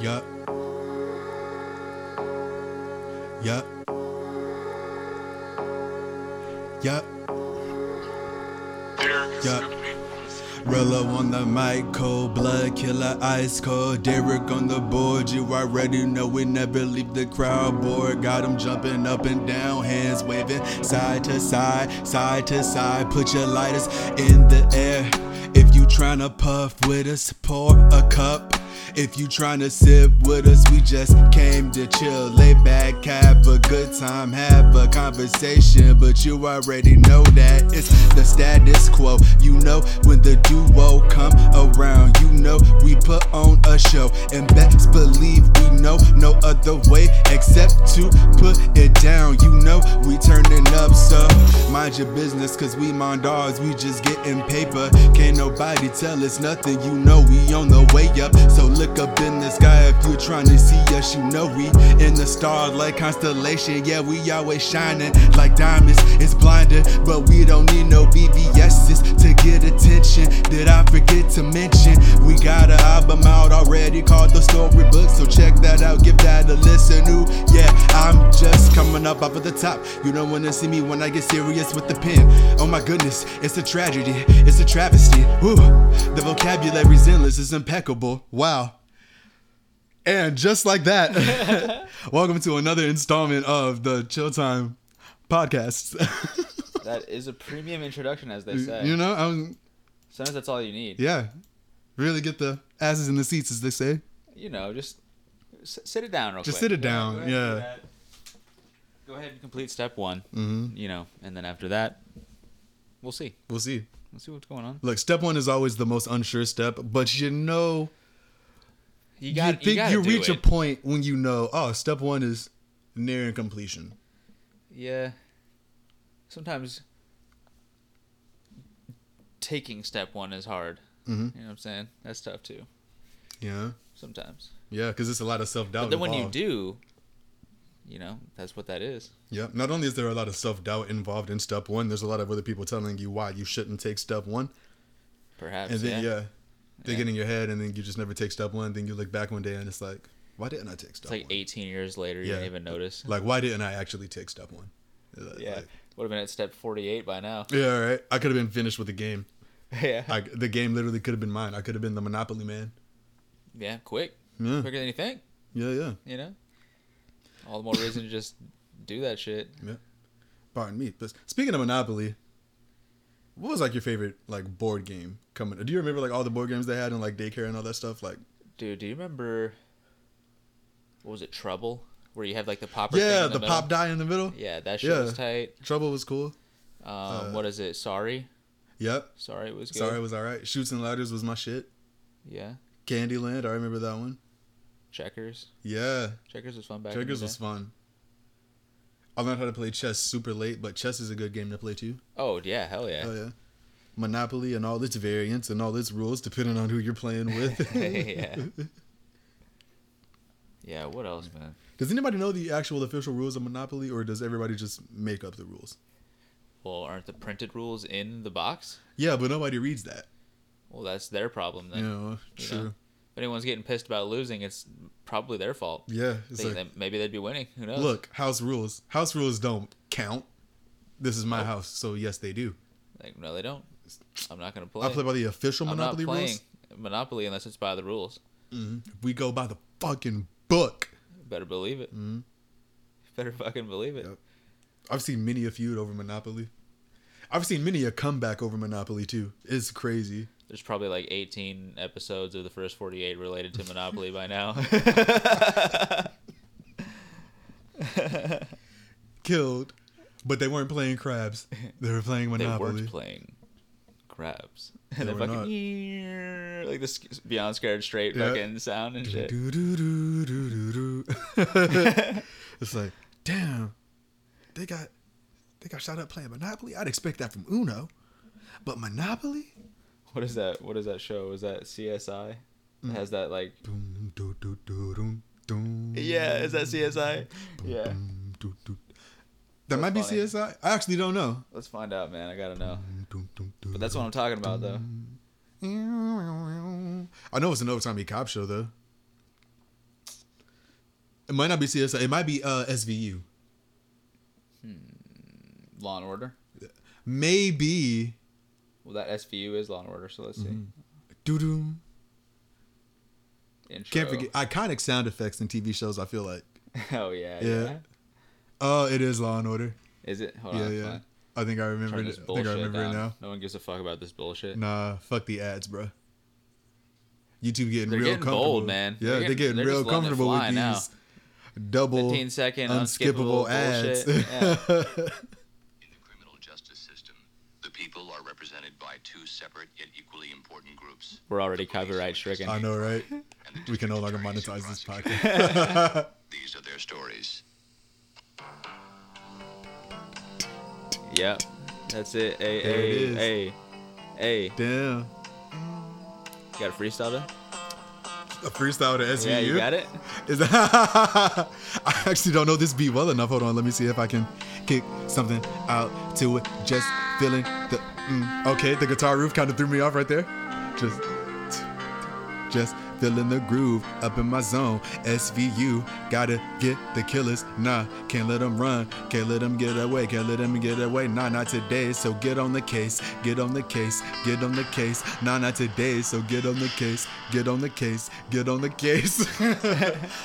Yup. Yup. Yup. Yup. Rello on the mic, cold blood killer, ice cold. Derek on the board, you already know we never leave the crowd bored. Got him jumping up and down, hands waving side to side, side to side. Put your lighters in the air. If you tryna puff with us, pour a cup. If you tryna sip with us, we just came to chill, lay back, have a good time, have a conversation. But you already know that it's the status quo. You know when the duo come around, you know we put on a show, and backs believe we know no other way except to put it down. You know we turning up, so mind your business, cause we mind ours. We just getting paper. Can't nobody tell us nothing. You know we on the way up. So look up in the sky if you're trying to see us. You know we in the stars like constellation. Yeah, we always shining like diamonds. It's blinded, but we don't need no BBSs to get attention. Did I forget to mention? We got an album out already called The Storybook. So check that out. Give that a listen. Ooh, yeah, I'm just coming up off of the top. You don't wanna see me when I get serious with the pen. Oh my goodness, it's a tragedy. It's a travesty. Ooh, the vocabulary's endless. It's impeccable. Wow. And just like that, welcome to another installment of the Chill Time podcast. That is a premium introduction, as they say. you know, I'm Sometimes that's all you need. yeah, really get the asses in the seats, as they say. You know, just s- sit it down real Just quick. sit it down, go ahead and do yeah. that. Go ahead and complete step one. Mm-hmm. You know, and then after that, we'll see. We'll see. We'll see what's going on. Look, step one is always the most unsure step, but you know, You you, got. think gotta you do reach a it. point when you know, oh, step one is nearing completion. Yeah. Sometimes taking step one is hard. Mhm. You know what I'm saying? That's tough too. Yeah, Sometimes. yeah, because it's a lot of self doubt. But then when you do, you know, that's what that is. yeah, not only is there a lot of self doubt involved in step one, there's a lot of other people telling you why you shouldn't take step one, Perhaps. and then yeah. yeah, they Yeah. get in your head, and then you just never take step one. Then you look back one day and it's like, why didn't I take step? It's like one? 18 years later, you Yeah. didn't even notice. Like, why didn't I actually take step one? Uh, Yeah. Like, Would have been at step 48 by now. yeah, all right. I could have been finished with the game. yeah. I, the game literally could have been mine. I could have been the Monopoly man. Yeah, quick. Yeah, Quicker than you think, yeah, yeah. you know? All the more reason to just do that shit. Pardon me. But speaking of Monopoly, what was like your favorite like board game coming? Do you remember like all the board games they had in like daycare and all that stuff? Like Dude, do you remember. What was it? Trouble? Where you have like the popper. thing yeah, in the, middle? pop die in the middle. Yeah, that shit Yeah. was tight. Trouble was cool. Um, Uh, what is it? Sorry? Yep. Sorry it was good. Sorry, it was all right. Shoots and ladders was my shit. Yeah. Candyland, I remember that one. Checkers. Yeah, Checkers was fun back in checkers the was day. fun. I learned how to play chess super late, but chess is a good game to play too. Oh, yeah. Hell yeah. Oh yeah. Monopoly and all its variants and all its rules, depending on who you're playing with. Yeah. yeah, what else, man? Does anybody know the actual official rules of Monopoly, or does everybody just make up the rules? Well, aren't the printed rules in the box? Yeah, but nobody reads that. Well, that's their problem then. You know, you true. know. If anyone's getting pissed about losing, it's probably their fault. Yeah, it's They- like, they- maybe they'd be winning. Who knows? look, house rules. House rules don't count. This is my Nope. house, so yes, they do. like no, they don't. I'm not gonna play. I play by the official I'm Monopoly not playing rules. Monopoly unless it's by the rules. We go by the fucking book. Better believe it. Mhm. Better fucking believe it. Yep. I've seen many a feud over Monopoly. I've seen many a comeback over Monopoly too. It's crazy. There's probably like 18 episodes of the first 48 related to Monopoly by now. Killed, but they weren't playing crabs. They were playing they Monopoly. weren't playing crabs. And They they're were fucking like this Beyond Scared Straight Yeah. fucking sound and shit. Do, do, do, do, do, do. it's like, damn, they got they got shot up playing Monopoly. I'd expect that from Uno, but Monopoly. What is that? What is that show? Is that CSI? It Mm-hmm. has that like Doom, do, do, do, doom, doom, Yeah, is Mm. that CSI? Yeah. doom, do, do. That might be funny. CSI. I actually don't know. Let's find out, man. I gotta know. Doom, doom, doom, Mm. But that's what I'm talking about, though. doom. I know it's an overtime E cop show though. It might not be CSI. It might be uh, SVU. Law and Order. Maybe. Well, that SVU is Law and Order, so let's Mm-hmm. Doo doo. see. Intro. Can't forget iconic sound effects in TV shows. I feel like. oh yeah, Yeah. yeah. Oh, it is Law and Order. Is it? Hold yeah, on. yeah. Yeah. I think I remember. Turn It. this I think bullshit I remember down. it now. No one gives a fuck about this bullshit. Nah, fuck the ads, bro. YouTube getting They're real getting comfortable, bold, man. Yeah, They're they're getting- getting, they're real just letting it comfortable with fly these now. double 15 second unskippable, unskippable, ads. bullshit. In the criminal justice system, the people are represented by two separate yet equally important groups. We're already copyright stricken. I know, right? And the We can no longer district attorneys monetize who this prosecute. podcast. These are their stories. Yep. That's it. Hey, There hey, it is. hey. Hey. Damn, You got a freestyle there? a freestyle to SVU. Yeah, you got it? Is that? I actually don't know this beat well enough. Hold on, let me see if I can kick something out to it. Just feeling the. Mm. Okay, the guitar roof kind of threw me off right there. Just, just feeling the groove up in my zone. SVU, gotta get the killers. Nah, can't let them run. Can't let them get away. Can't let them get away. Nah, not today. So get on the case. Get on the case. Get on the case. Nah, not today. So get on the case. Get on the case. Get on the case.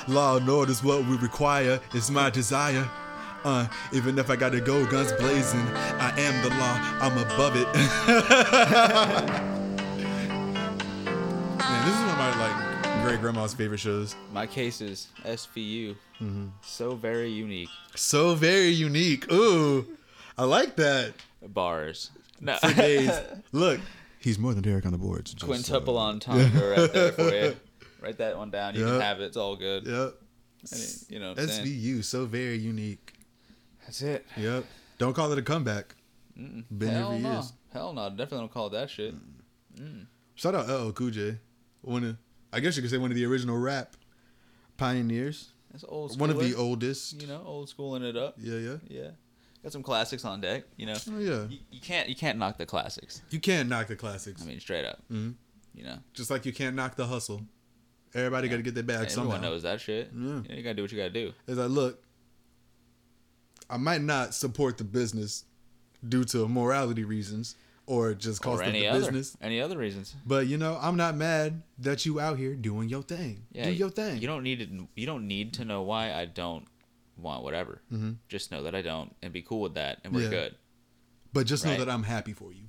Law and order is what we require. It's my desire. Uh, even if I gotta go guns blazing, I am the law. I'm above it. Man, this is one of my like great grandma's favorite shows. My case is SVU. Mm-hmm. So very unique. So very unique. Ooh, I like that. Bars. No. Days. Look, he's more than Derek on the boards. just, Quintuple uh, entendre right there for you. Write that one down. You Yeah. can have it. It's all good. Yep. I mean, you know what I'm saying? SVU, so very unique. That's it. Yep. Don't call it a comeback. Been here Hell for no. years. Mm. Hell no. Definitely don't call it that shit. Shout out LL Cool J. One of, I guess you could say one of the original rap pioneers. That's old school. One of the oldest. You know, old schooling it up. Yeah, yeah. Yeah. Got some classics on deck, you know. Oh yeah. You, you can't you can't knock the classics. You can't knock the classics. I mean, straight up. Mm-hmm. You know, Just like you can't knock the hustle. Everybody got to get their bag somehow. everyone knows that shit. You, know, you gotta do what you gotta do. is I look, I might not support the business due to morality reasons or just cost or of any the other business. any other reasons. But you know, I'm not mad that you out here doing your thing. Yeah, Do you- your thing. You don't need to. You don't need to know why I don't want whatever. Mm-hmm. Just know that I don't, and be cool with that, and we're Yeah. good. but just right. know that I'm happy for you.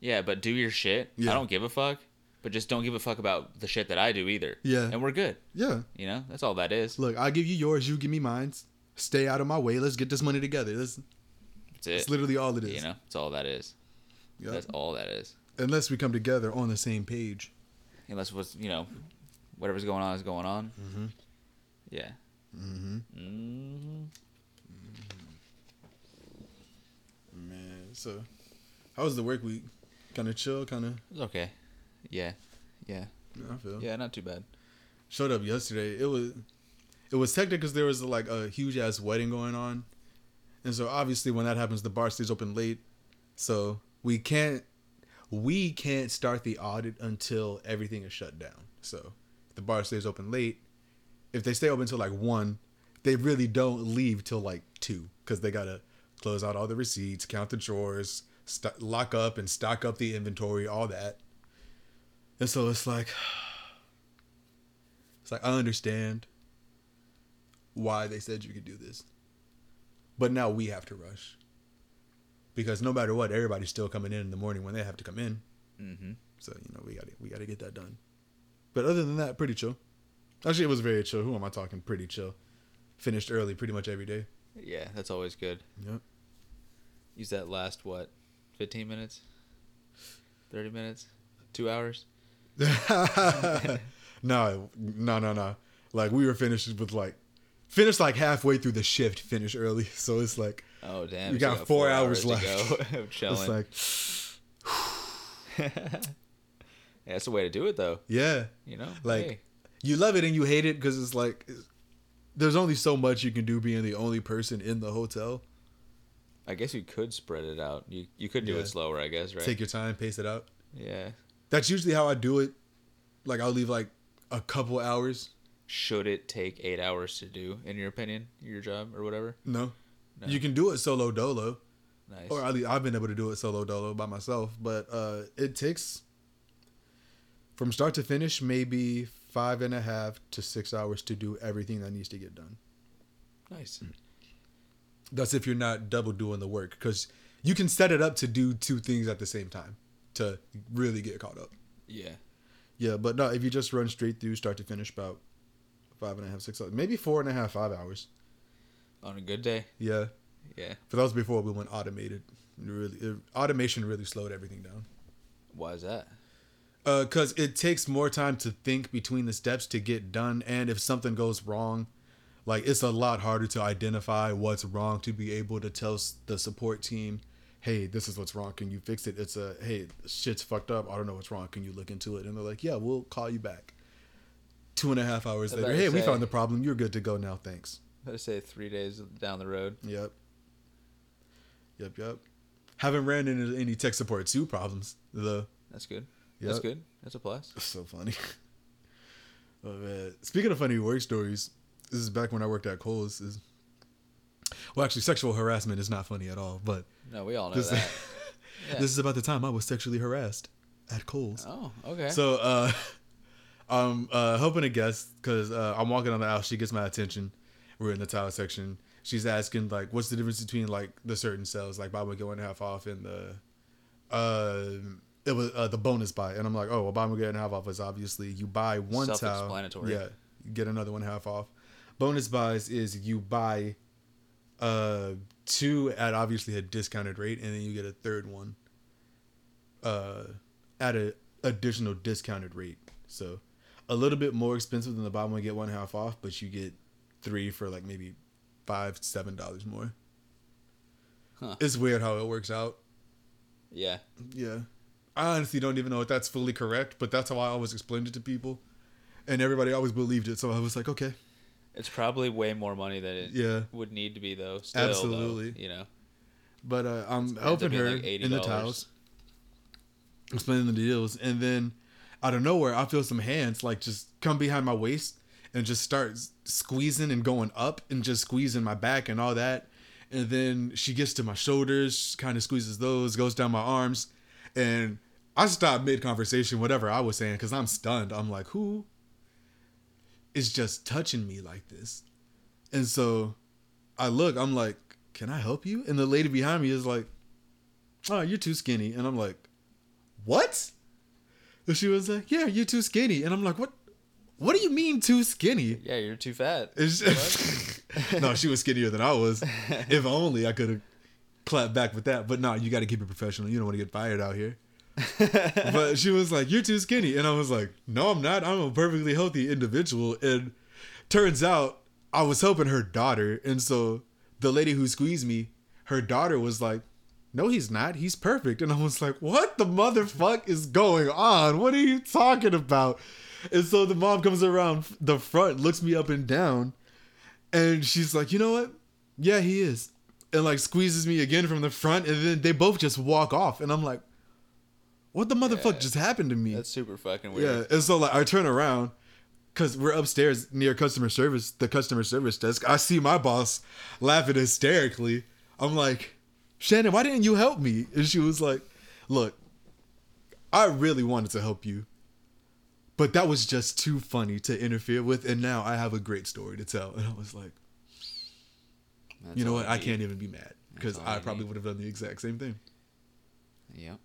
Yeah, but do your shit. Yeah. I don't give a fuck. But just don't give a fuck about the shit that I do either. Yeah. and we're good. Yeah. You know, that's all that is. Look, I give you yours, you give me mine. Stay out of my way. Let's get this money together. That's, That's it. that's literally all it is. you know, that's all that is. Yeah. That's all that is. Unless we come together on the same page. unless what's you know whatever's going on is going on mm-hmm. yeah Mm-hmm. Mm-hmm. Man, so how was the work week? Kind of chill, kind of. it's okay yeah yeah I feel. yeah not too bad showed up yesterday. It was it was hectic because there was like a huge ass wedding going on, and so obviously when that happens, the bar stays open late, so we can't we can't start the audit until everything is shut down. So the bar stays open late. If they stay open till like one, they really don't leave till like two because they gotta close out all the receipts, count the drawers, st- lock up and stock up the inventory, all that. And so it's like, it's like I understand why they said you could do this. But now we have to rush. Because no matter what, everybody's still coming in in the morning when they have to come in. mm-hmm. So, you know, we got to we got to get that done. But other than that, pretty chill. Actually, it was very chill. Who am I talking? Pretty chill. Finished early pretty much every day. yeah that's always good Yep. use that last what 15 minutes 30 minutes two hours no, no, no, no. Like we were finished with like finished like halfway through the shift, finish early. So it's like oh damn We we got four hours to left. go of chilling it's like yeah, that's the way to do it though yeah. you know Like Hey, you love it and you hate it because it's like there's only so much you can do being the only person in the hotel. i guess you could spread it out you you could do Yeah. it slower i guess right Take your time, pace it out. yeah That's usually how I do it. Like I'll leave like a couple hours. Should it take eight hours to do, in your opinion, your job or whatever? No. You can do it solo dolo. Nice. Or at least I've been able to do it solo dolo by myself, but uh it takes from start to finish maybe five and a half to six hours to do everything that needs to get done. Nice. That's if you're not double doing the work because you can set it up to do two things at the same time to really get caught up. Yeah. Yeah, but no, if you just run straight through start to finish about five and a half, six hours, maybe four and a half, five hours. On a good day. Yeah. Yeah. But that was before we went automated. Really, it, automation really slowed everything down. Why is that? because Uh, it takes more time to think between the steps to get done and if something goes wrong like it's a lot harder to identify what's wrong to be able to tell s- the support team hey this is what's wrong can you fix it it's a hey shit's fucked up i don't know what's wrong can you look into it and they're like yeah we'll call you back two and a half hours I later better hey we say- found the problem you're good to go now thanks Let's say three days down the road. yep yep yep haven't ran into any tech support two problems though That's good. That's Yep. good. That's a plus. so funny. oh man. Speaking of funny work stories, this is back when I worked at Kohl's. Is well, actually, sexual harassment is not funny at all. But No, we all know this, that. Yeah. this is about the time I was sexually harassed at Kohl's. Oh, okay. So uh, I'm uh, helping a guest because uh, I'm walking on the aisle. She gets my attention. We're in the towel section. She's asking like, what's the difference between like the certain sales, like buy one get one half off, and the uh, it was uh, the bonus buy. And I'm like, oh, well, buy one get one half off is obviously you buy one towel, Self-explanatory. yeah, you get another one half off. Bonus buys is you buy uh two at obviously a discounted rate and then you get a third one uh at a additional discounted rate so a little bit more expensive than the bottom one get one half off but you get three for like maybe five seven dollars more Huh. it's weird how it works out yeah. yeah i honestly don't even know if that's fully correct but that's how i always explained it to people and everybody always believed it so i was like okay It's probably way more money than it Yeah. would need to be though. Still, though, Absolutely. you know. But uh, I'm up helping being her like in the $80. towels, explaining the deals, and then out of nowhere, I feel some hands like just come behind my waist and just start s- squeezing and going up and just squeezing my back and all that. And then she gets to my shoulders, kind of squeezes those, goes down my arms, and I stopped mid conversation, whatever I was saying, because I'm stunned. I'm like, who is just touching me like this? And so I look, I'm like, can I help you? And the lady behind me is like, oh, you're too skinny. And I'm like, what? And she was like, yeah, you're too skinny. And I'm like, what? What do you mean too skinny? Yeah, you're too fat. And she- no, she was skinnier than I was. If only I could have clapped back with that. But no, you got to keep it professional. You don't want to get fired out here. but she was like, "You're too skinny," and I was like, "No, I'm not. I'm a perfectly healthy individual." And turns out, I was helping her daughter, and so the lady who squeezed me, her daughter was like, "No, he's not. He's perfect." And I was like, "What the motherfuck is going on? What are you talking about?" And so the mom comes around the front, looks me up and down, and she's like, "You know what? Yeah, he is." And like squeezes me again from the front, and then they both just walk off, and I'm like, "What the motherfuck Yeah. just happened to me?" That's super fucking yeah, weird. and so like I turn around because we're upstairs near customer service, the customer service desk. I see my boss laughing hysterically. I'm like, "Shannon, why didn't you help me?" And she was like, "Look, I really wanted to help you." But that was just too funny to interfere with, and now I have a great story to tell. And I was like, That's you know all what? I need. can't even be mad because all I you probably need. would have done the exact same thing. Yep.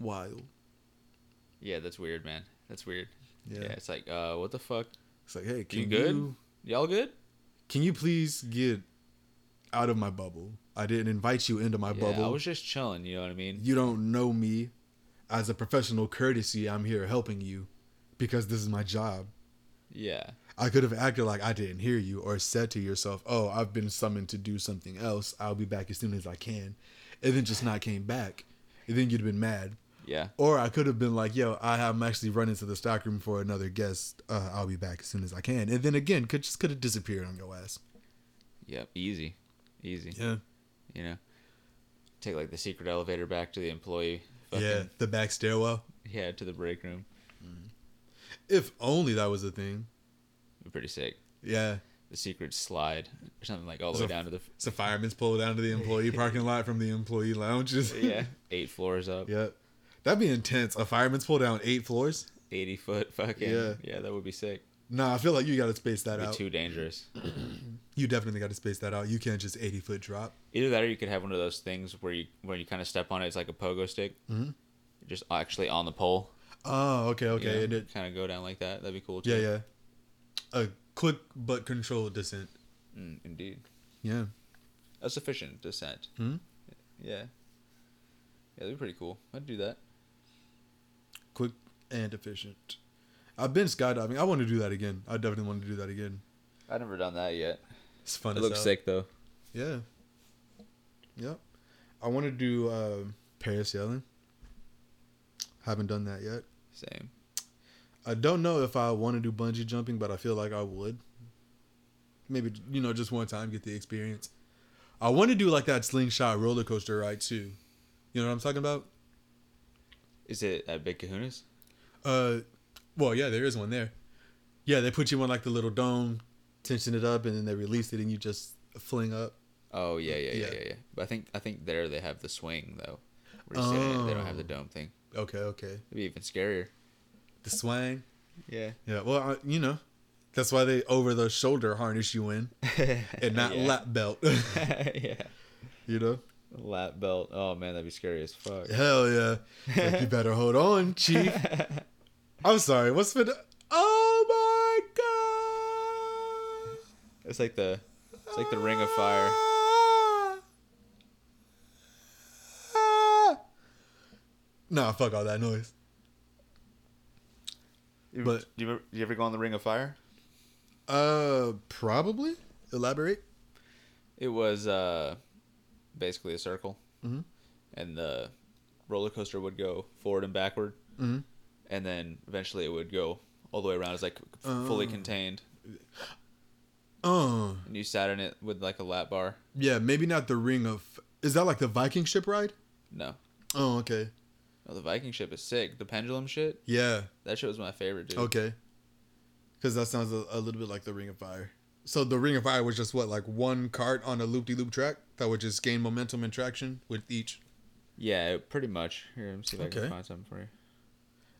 Wild. Yeah, that's weird, man. That's weird. Yeah. Yeah, it's like, uh, what the fuck? It's like, hey, can You you, good? Y'all good? can you please get out of my bubble? I didn't invite you into my Yeah, bubble. I was just chilling. You know what I mean? you don't know me. As a professional courtesy, I'm here helping you because this is my job. Yeah. I could have acted like I didn't hear you or said to yourself, "Oh, I've been summoned to do something else. I'll be back as soon as I can," and then just not came back. And then you'd have been mad. Yeah. Or I could have been like, yo, I am actually running to the stockroom for another guest. Uh, I'll be back as soon as I can. And then again, could just could have disappeared on your ass. Yep. Easy. Easy. Yeah. You know, take like the secret elevator back to the employee fucking yeah, yeah. the back stairwell. to the break room. If only that was a thing. Pretty sick. Yeah. The secret slide or something like all the So- way down to the It's a fireman's pull down to the employee parking lot from the employee lounges. yeah eight floors up. Yep. That'd be intense. A fireman's pull down eight floors. 80 foot fucking yeah. Yeah. that would be sick Nah, I feel like you gotta space that It'd be out. too dangerous You definitely gotta space that out. You can't just eighty foot drop. either that or you could have one of those things where you when you kind of step on it it's like a pogo stick mm-hmm. just actually on the pole Oh, okay, okay. And it, kind of go down like that that'd be cool too. yeah, yeah. A quick but controlled descent. mm, indeed Yeah. a sufficient descent Mhm. yeah yeah that'd be pretty cool i'd do that Quick and efficient. I've been skydiving. I want to do that again. I definitely want to do that again. i've never done that yet It's fun. it as looks hell. sick though Yeah. Yep. I want to do uh, parasailing. Haven't done that yet. same I don't know if I want to do bungee jumping, but I feel like I would. Maybe you know, just one time, get the experience. I want to do like that slingshot roller coaster ride too. You know what I'm talking about? is it at big kahuna's Uh, well, yeah, there is one there. Yeah, they put you on like the little dome, tension it up, and then they release it, and you just fling up. oh yeah yeah yeah Yeah. yeah, yeah. but i think i think there they have the swing though where you sit in it, they don't have Oh. the dome thing Okay, okay. it'd be even scarier The swang. yeah Yeah, well, I, you know, that's why they over the shoulder harness you in and not Yeah. lap belt. yeah. you know, Lap belt. Oh man, that'd be scary as fuck. hell yeah. Like, you better hold on, chief. I'm sorry. What's been? Oh my god! It's like the it's like the ring of fire. Nah, fuck all that noise. But- do you, ever- do you ever go on the ring of fire? Uh, probably elaborate. It was uh basically a circle. Mm-hmm. And the roller coaster would go forward and backward. Mm-hmm. And then eventually it would go all the way around. It's like f- fully contained. Oh, And you sat in it with like a lap bar. yeah, maybe not the ring of. Is that like the Viking ship ride? No. Oh, okay. No, the Viking ship is sick. The pendulum shit, Yeah. that shit was my favorite, dude. Okay. Because that sounds a, a little bit like the Ring of Fire. So the Ring of Fire was just what, like one cart on a loop de loop track that would just gain momentum and traction with each. Yeah, it- pretty much. Here, let me see if I Okay. can find something for you.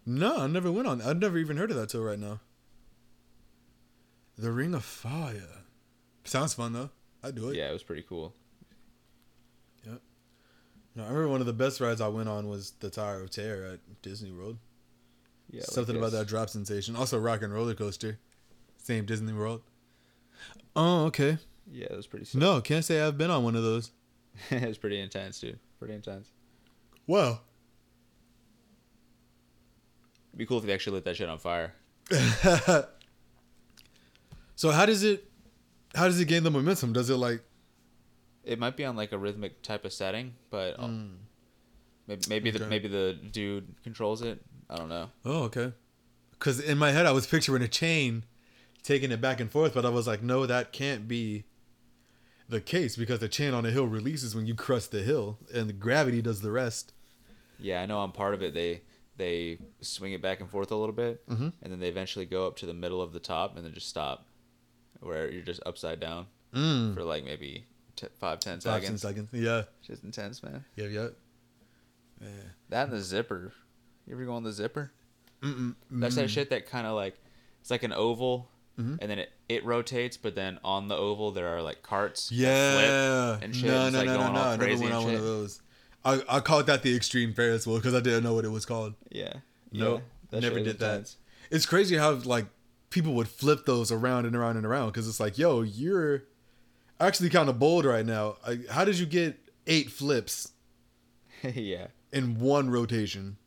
No, I never went on. I've never even heard of that till right now. The Ring of Fire. Sounds fun though. I'd do it. Yeah, it was pretty cool. No, I remember one of the best rides I went on was the Tower of Terror at Disney World. Yeah, like Something about this. that drop sensation. Also, Rock and Roller Coaster, same Disney World. Oh, okay. Yeah, it was pretty sick. No, can't say I've been on one of those. it was pretty intense, dude. Pretty intense. Wow. It'd be cool if they actually lit that shit on fire. So how does it how does it gain the momentum? Does it like It might be on like a rhythmic type of setting, but I'll- maybe maybe the Hmm. Okay. maybe the dude controls it. I don't know. Oh, okay. Cuz in my head I was picturing a chain taking it back and forth, but I was like, "No, that can't be the case because the chain on a hill releases when you crest the hill and the gravity does the rest." Yeah, I know. I'm part of it. They they swing it back and forth a little bit, Mm-hmm. and then they eventually go up to the middle of the top and then just stop, where you're just upside down for like maybe t- five ten Hmm. Five, seconds. ten seconds. Yeah. Just intense, man. Yeah, yeah. That and the zipper. You ever go on the zipper? Mm-mm. That's that shit that kind of like it's like an oval, Mm-hmm. and then it, it rotates, but then on the oval there are like carts. that flip Yeah. and shit. No, It's, no, like, no, no, going no. all I never crazy went and on one of shit. those. I, I called that the extreme Ferris wheel because I didn't know what it was called. Yeah. No, Yeah. That never shit is did that. intense. It's crazy how like people would flip those around and around and around because it's like, yo, you're actually kind of bold right now. Like, how did you get eight flips yeah. in one rotation,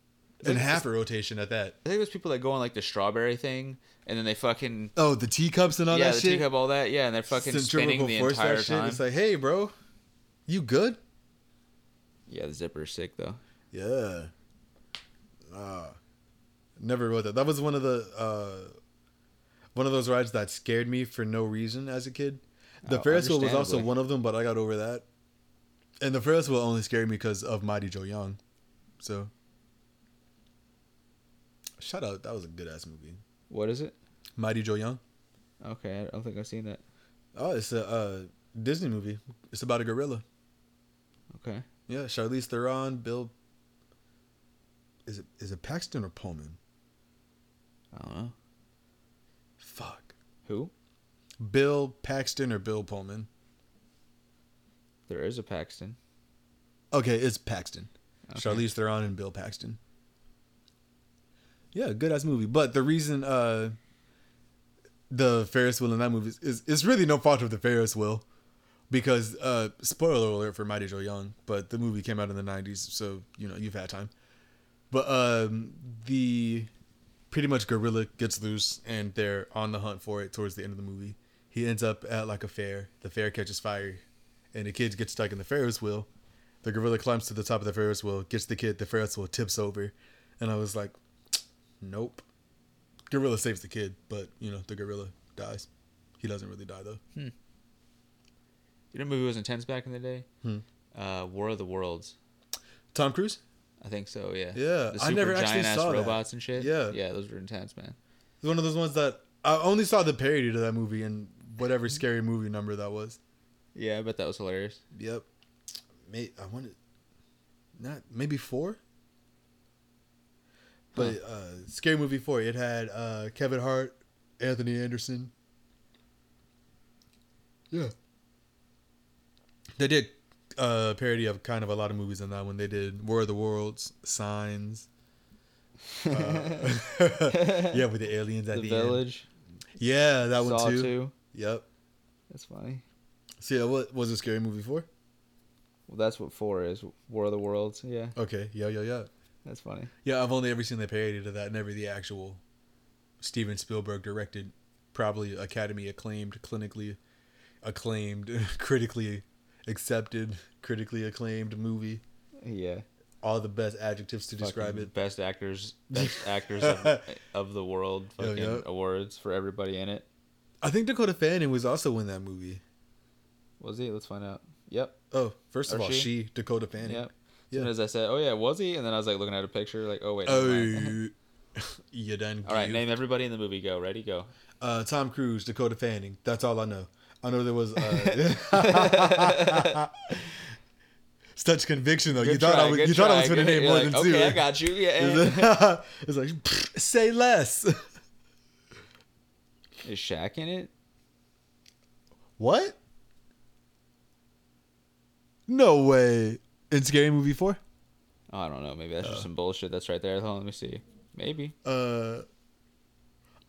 and like- half a rotation at that? I think there's people that go on like the strawberry thing, and then they fucking Oh, the teacups and all yeah that the shit. teacup all that yeah, and they're fucking spinning the force, that entire time. It's like, hey, bro, you good? yeah, the zipper's sick though. Yeah. Ah. never wrote that. That was one of the uh, one of those rides that scared me for no reason as a kid. The Oh, Ferris wheel was also understandably. one of them, but I got over that. And the Ferris wheel only scared me because of Mighty Joe Young. So Shout out. That was a good ass movie. What is it? Mighty Joe Young. Okay, I don't think I've seen that. Oh, it's a uh, Disney movie. It's about a gorilla. Okay. Yeah, Charlize Theron, Bill. Is it is it Paxton or Pullman? I don't know. Fuck. Who? Bill Paxton or Bill Pullman? There is a Paxton. Okay, it's Paxton. Okay. Charlize Theron and Bill Paxton. Yeah, good ass movie. But the reason uh the Ferris wheel in that movie is, is it's really no fault of the Ferris wheel because uh spoiler alert for Mighty Joe Young, but the movie came out in the 90s, so you know, you've had time. But um the pretty much gorilla gets loose and they're on the hunt for it towards the end of the movie. He ends up at like a fair. The fair catches fire and the kid gets stuck in the Ferris wheel. The gorilla climbs to the top of the Ferris wheel, gets the kid, the Ferris wheel tips over. And I was like, nope. Gorilla saves the kid, but you know, the gorilla dies. He doesn't really die though. You know, the movie was intense back in the day. Hmm. Uh, War of the Worlds. Tom Cruise? I think so. Yeah. Yeah, The I never actually giant-ass saw that. robots and shit. Yeah. Yeah, those were intense, man. It's one of those ones that I only saw the parody to that movie and whatever scary movie number that was. Yeah, I bet that was hilarious. Yep. May I wanted not maybe four. But uh, scary movie four. It had uh, Kevin Hart, Anthony Anderson. Yeah. They did a parody of kind of a lot of movies in that one. They did War of the Worlds, Signs. Uh, yeah, with the aliens at the the, end. Village. Yeah, that Saw one too. Two. Yep. That's funny. See, what was a scary movie four? Well, that's what four is. War of the Worlds. Yeah, Okay. Yeah, yeah, yeah. that's funny. Yeah, I've only ever seen the parody to that, never the actual Steven Spielberg directed, probably Academy acclaimed, clinically acclaimed, critically accepted, critically acclaimed movie. Yeah. All the best adjectives to describe Fucking it. Best actors, best actors of, of the world. Yeah, Fucking yeah. awards for everybody in it. I think Dakota Fanning was also in that movie. Was he? Let's find out. Yep. Oh, first of Or all, she? she? Dakota Fanning. Yep. Yeah. As soon as I said, "Oh yeah, was he?" and then I was like looking at a picture, like, "Oh wait." never mind. Oh, you done? All right, goofed. name everybody in the movie. Go. Ready? Go. uh, Tom Cruise, Dakota Fanning. That's all I know. I know there was uh, such conviction though. you Good thought try, I was good you thought I was try. going to Good- name you're more like, than okay, two. I got you. Yeah. it's like "Pfft, say less. Is Shaq in it? what? No way. In Scary Movie Four. Oh, I don't know. Maybe that's just some bullshit. That's right there. Hold on, let me see. Maybe Uh,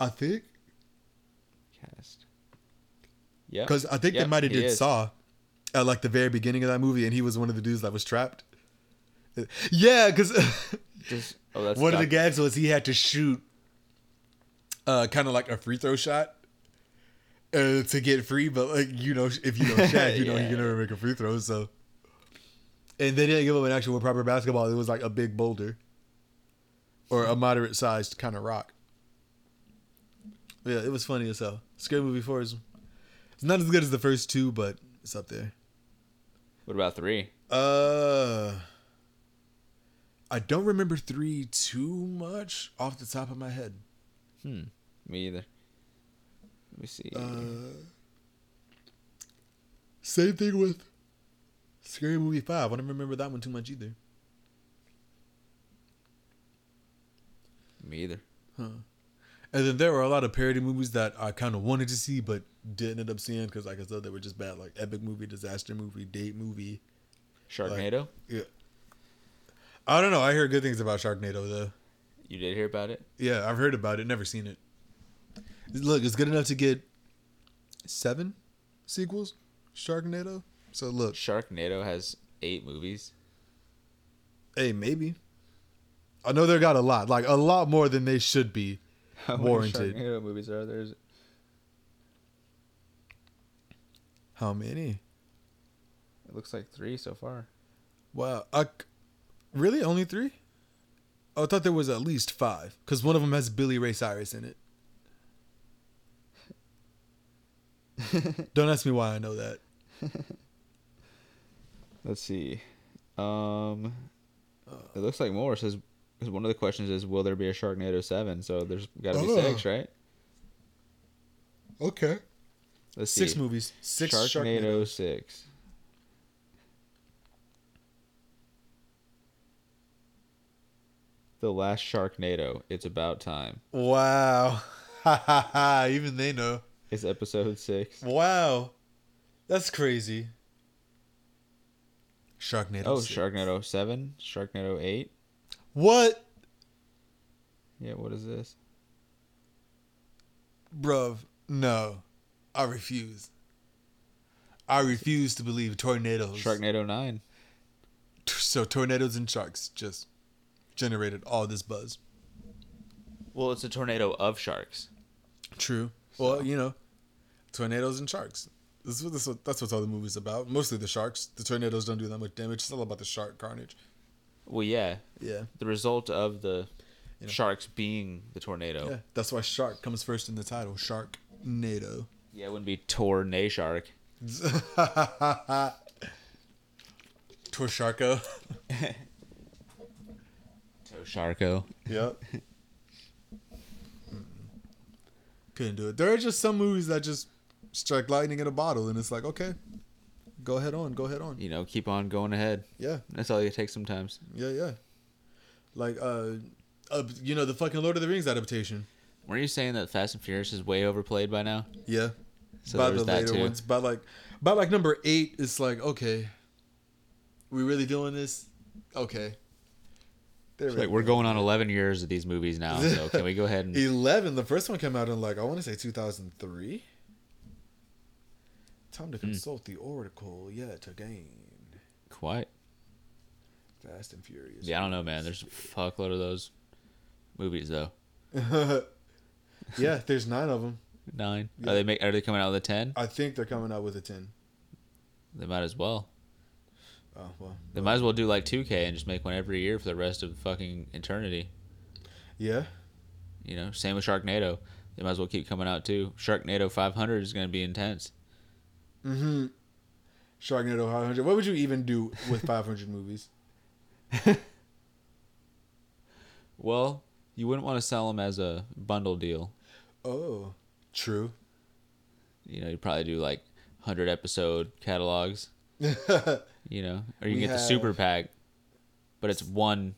I think cast. Yeah. because I think they might have did Saw at like the very beginning of that movie, and he was one of the dudes that was trapped. Uh, Yeah, because. Just, oh, that's One of the Doc- gags was he had to shoot uh kind of like a free throw shot uh, to get free, but like you know if you know Shaq, you know he Yeah. can never make a free throw, so and they didn't give him an actual proper basketball, it was like a big boulder. Or a moderate sized kind of rock. Yeah, it was funny as hell. Scary movie four is it's not as good as the first two, but it's up there. What about three? Uh, I don't remember three too much off the top of my head. Me either. Let me see. Uh, Same thing with Scary Movie Five. I don't remember that one too much either. Me either. And then there were a lot of parody movies that I kind of wanted to see but didn't end up seeing because, like I said, they were just bad, like epic movie, disaster movie, date movie. Sharknado. Yeah. I don't know. I hear good things about Sharknado though. you did hear about it? Yeah, I've heard about it. Never seen it. Look, it's good enough to get seven sequels. Sharknado. So look, Sharknado has eight movies. hey, maybe. I know they got a lot, like a lot more than they should be. How many Warranted. Sharknado movies are there? Is- How many? It looks like three so far. Wow. I c really only three? I thought there was at least five because one of them has Billy Ray Cyrus in it. Don't ask me why I know that. Uh. Let's see. Um, it looks like more. It says Because one of the questions is, will there be a Sharknado seven? So there's got to be Oh. six, right? Okay. Let's Six see. movies. Six Sharknado, Sharknado. six. The last Sharknado. It's about time. Wow. Ha ha ha. Even they know. It's episode six. Wow. That's crazy. Sharknado. Oh, six. Sharknado seven, Sharknado eight. What? Yeah, what is this? Bruv, no. I refuse. I refuse to believe tornadoes. Sharknado nine. So tornadoes and sharks just generated all this buzz. Well, it's a tornado of sharks. True. Well, you know, tornadoes and sharks. This is what this, is what- that's what all the movie's about. Mostly the sharks. The tornadoes don't do that much damage. It's all about the shark carnage. Well, yeah, Yeah. the result of the know. sharks being the tornado. Yeah. That's why shark comes first in the title. Shark NATO. Yeah, it wouldn't be tornado shark. Torsharko. Sharko. Yep. Couldn't do it. There are just some movies that just strike lightning in a bottle, and it's like, okay, go ahead on, go ahead on. You know, keep on going ahead. Yeah, That's all you take sometimes. yeah, yeah. Like, uh, uh, you know, the fucking Lord of the Rings adaptation. Weren't you saying that Fast and Furious is way overplayed by now? Yeah. So by there's the that later too. ones, by like, by like number eight, it's like, okay, we really doing this? Okay. There It's we Like we're going on 11 years of these movies now, so can we go ahead and 11 the first one came out in like i want to say 2003 time Hmm. to consult the oracle yet again quiet? fast and furious Yeah, I don't know, man. There's a fuckload of those movies though. yeah there's nine of them Nine? Are they make? Are they coming out with a ten? i think they're coming out with a 10 They might as well. oh well They might as well do like 2K and just make one every year for the rest of fucking eternity. yeah You know, same with Sharknado. They might as well keep coming out too. Sharknado 500 is going to be intense. sharknado 500 what would you even do with 500 movies Well, you wouldn't want to sell them as a bundle deal. oh true You know, you probably do like 100 episode catalogs. you know, or We you can get the have- super pack, but it's one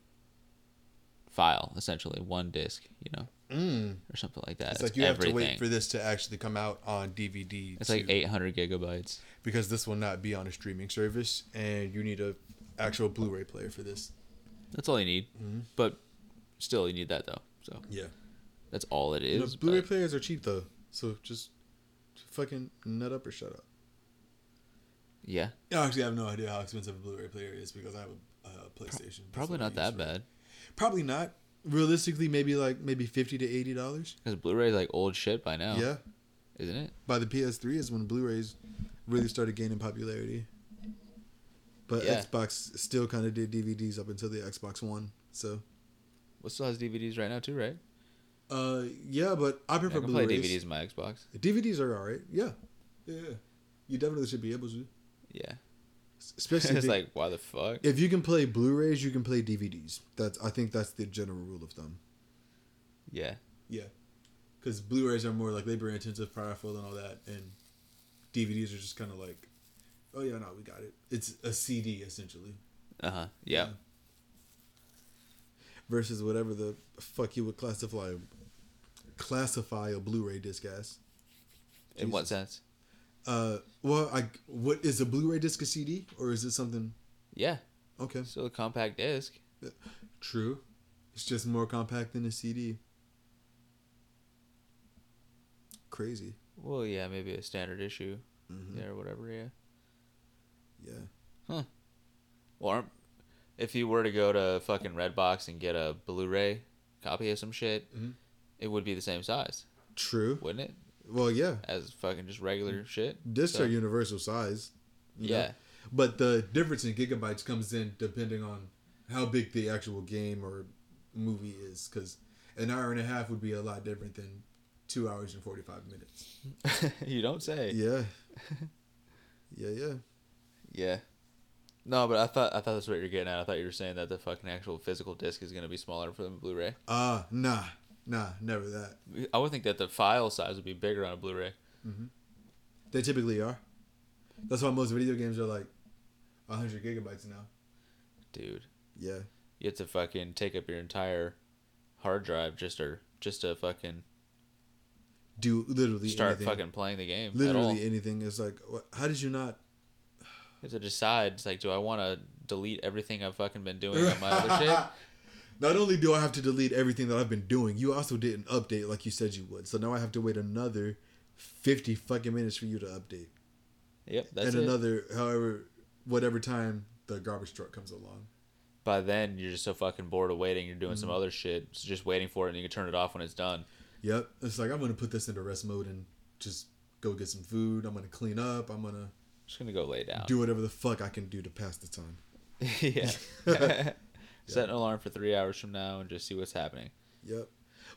file essentially, one disc. You know, mm. or something like that. it's It's, like you everything. have to wait for this to actually come out on dvd it's like to- 800 gigabytes. because this will not be on a streaming service and you need a actual blu-ray player for this That's all you need. But still, you need that though. So Mm-hmm. yeah that's all it You know, is. Blu-ray but- players are cheap though, so just fucking nut up or shut up. yeah, I actually have no idea how expensive a Blu-ray player is because I have a uh, PlayStation. That's probably what I not use that for- bad Probably not. Realistically, maybe like maybe fifty to eighty dollars. because Blu-ray is like old shit by now. Yeah. isn't it? By the PS3 is when Blu-rays really started gaining popularity. But Yeah. Xbox still kind of did DVDs up until the Xbox One. So, What still has DVDs right now too, right? uh, yeah, but I I prefer can play Blu-rays. DVDs on my Xbox. DVDs are alright. Yeah. yeah, yeah. you definitely should be able to, Yeah, especially it's if- like why the fuck? If you can play Blu-rays, you can play DVDs. That's I think that's the general rule of thumb. Yeah, Yeah, because Blu-rays are more like labor-intensive, powerful, and all that, and DVDs are just kind of like, oh yeah, no, we got it. It's a CD essentially uh huh. Yeah. Yeah. versus whatever the fuck you would classify classify a Blu-ray disc as. In what sense? Uh, well, I what is a Blu-ray disc a CD or is it something? Yeah, Okay, still a compact disc. true. It's just more compact than a CD. Crazy. Well, yeah, maybe a standard issue. Mm-hmm. Yeah, or whatever. Yeah. Yeah. Well, aren't, um, if you were to go to fucking Redbox and get a Blu-ray copy of some shit, Mm-hmm. it would be the same size, True. wouldn't it? Well, yeah. As fucking just regular shit. Mm. Discs So- are universal size. you know? Yeah. But the difference in gigabytes comes in depending on how big the actual game or movie is. Because an hour and a half would be a lot different than two hours and 45 minutes. you don't say. Yeah. yeah, yeah. Yeah. No, but I thought I thought that's what you're getting at. I thought you were saying that the fucking actual physical disc is gonna be smaller for the Blu-ray. Uh, nah, nah, never that. I would think that the file size would be bigger on a Blu-ray. They typically are. That's why most video games are like 100 gigabytes now. Dude, Yeah. you have to fucking take up your entire hard drive just or just to fucking Do literally start anything. fucking playing the game at all. literally You anything. It's like, wha- how did you not? have to decide. It's like, do I want to delete everything I've fucking been doing on my other shit? Not only do I have to delete everything that I've been doing, you also didn't update like you said you would. So now I have to wait another 50 fucking minutes for you to update. Yep, that's and it. another, however, whatever time the garbage truck comes along. By then, you're just so fucking bored of waiting. You're doing Mm-hmm. some other shit, so just waiting for it, and you can turn it off when it's done. Yep. It's like, I'm going to put this into rest mode and just go get some food. I'm going to clean up. I'm going to just gonna go lay down. do whatever the fuck I can do to pass the time. yeah. Set an alarm for three hours from now and just see what's happening. Yep.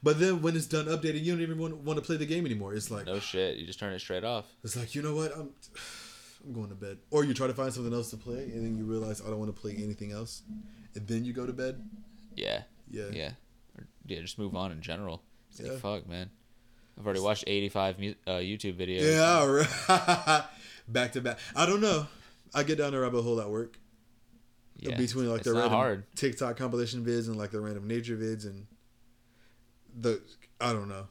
But then when it's done updating, you don't even want, want to play the game anymore. It's like No shit, you just turn it straight off. it's like you know what I'm, I'm going to bed. Or you try to find something else to play, and then you realize I don't want to play anything else, and then you go to bed. Yeah. Yeah. Yeah. Or- yeah. Just move on in general. It's like, Yeah. fuck, man. I've already watched 85 mu- uh, YouTube videos. Yeah. all right. back to back. I don't know. I get down a rabbit hole at work Yeah. between like it's the not random hard. TikTok compilation vids and like the random nature vids and the I don't know.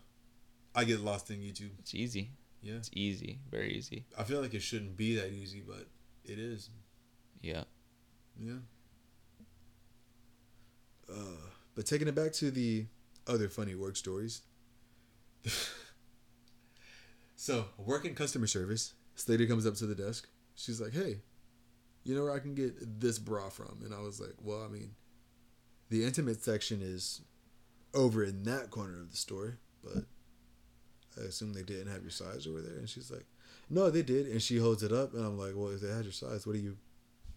I get lost in YouTube. It's easy. Yeah. It's easy. Very easy. I feel like it shouldn't be that easy, but it is. Yeah. Yeah. Uh, but taking it back to the other funny work stories. so, working customer service, this lady comes up to the desk. She's like, hey, you know where I can get this bra from? And I was like, well, I mean, the intimate section is over in that corner of the store, but I assume they didn't have your size over there. And she's like, no, they did. And she holds it up, and I'm like, well, if they had your size, what are you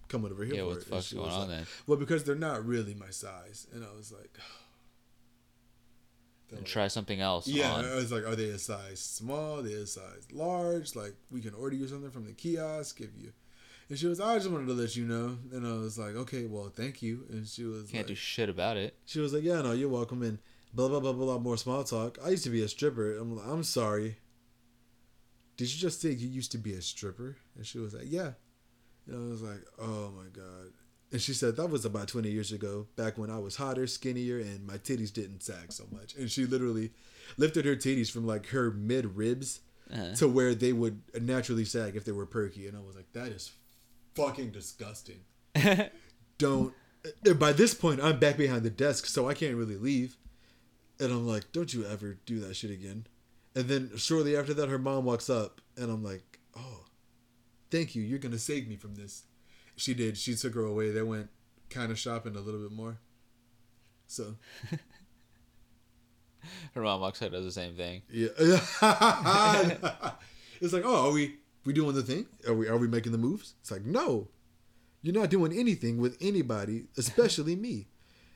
coming over here Yeah, for? what the And fuck's she going was on like, then? Well, because they're not really my size. And I was like, They're And like, try something else. yeah, on. I was like, are they a size small? Are they a size large? Like, we can order you something from the kiosk if you. And she was, I just wanted to let you know. And I was like, okay, well, thank you. And she was Can't like, do shit about it. she was like, yeah, no, you're welcome. And blah blah blah blah blah. More small talk. I used to be a stripper. I'm like, I'm sorry. Did you just say you used to be a stripper? And she was like, yeah. And I was like, oh my god. And she said that was about 20 years ago, back when I was hotter, skinnier, and my titties didn't sag so much. And she literally lifted her titties from like her mid ribs Uh-huh. to where they would naturally sag if they were perky. And I was like, that is fucking disgusting. don't. and By this point, I'm back behind the desk, so I can't really leave. And I'm like, don't you ever do that shit again. And then shortly after that, her mom walks up, and I'm like, oh, thank you. You're going to save me from this. She did. She took her away. They went kind of shopping a little bit more. So, Her mom walks out, does the same thing. yeah. it's like, oh, are we we doing the thing? Are we are we making the moves? It's like, no. You're not doing anything with anybody, especially me,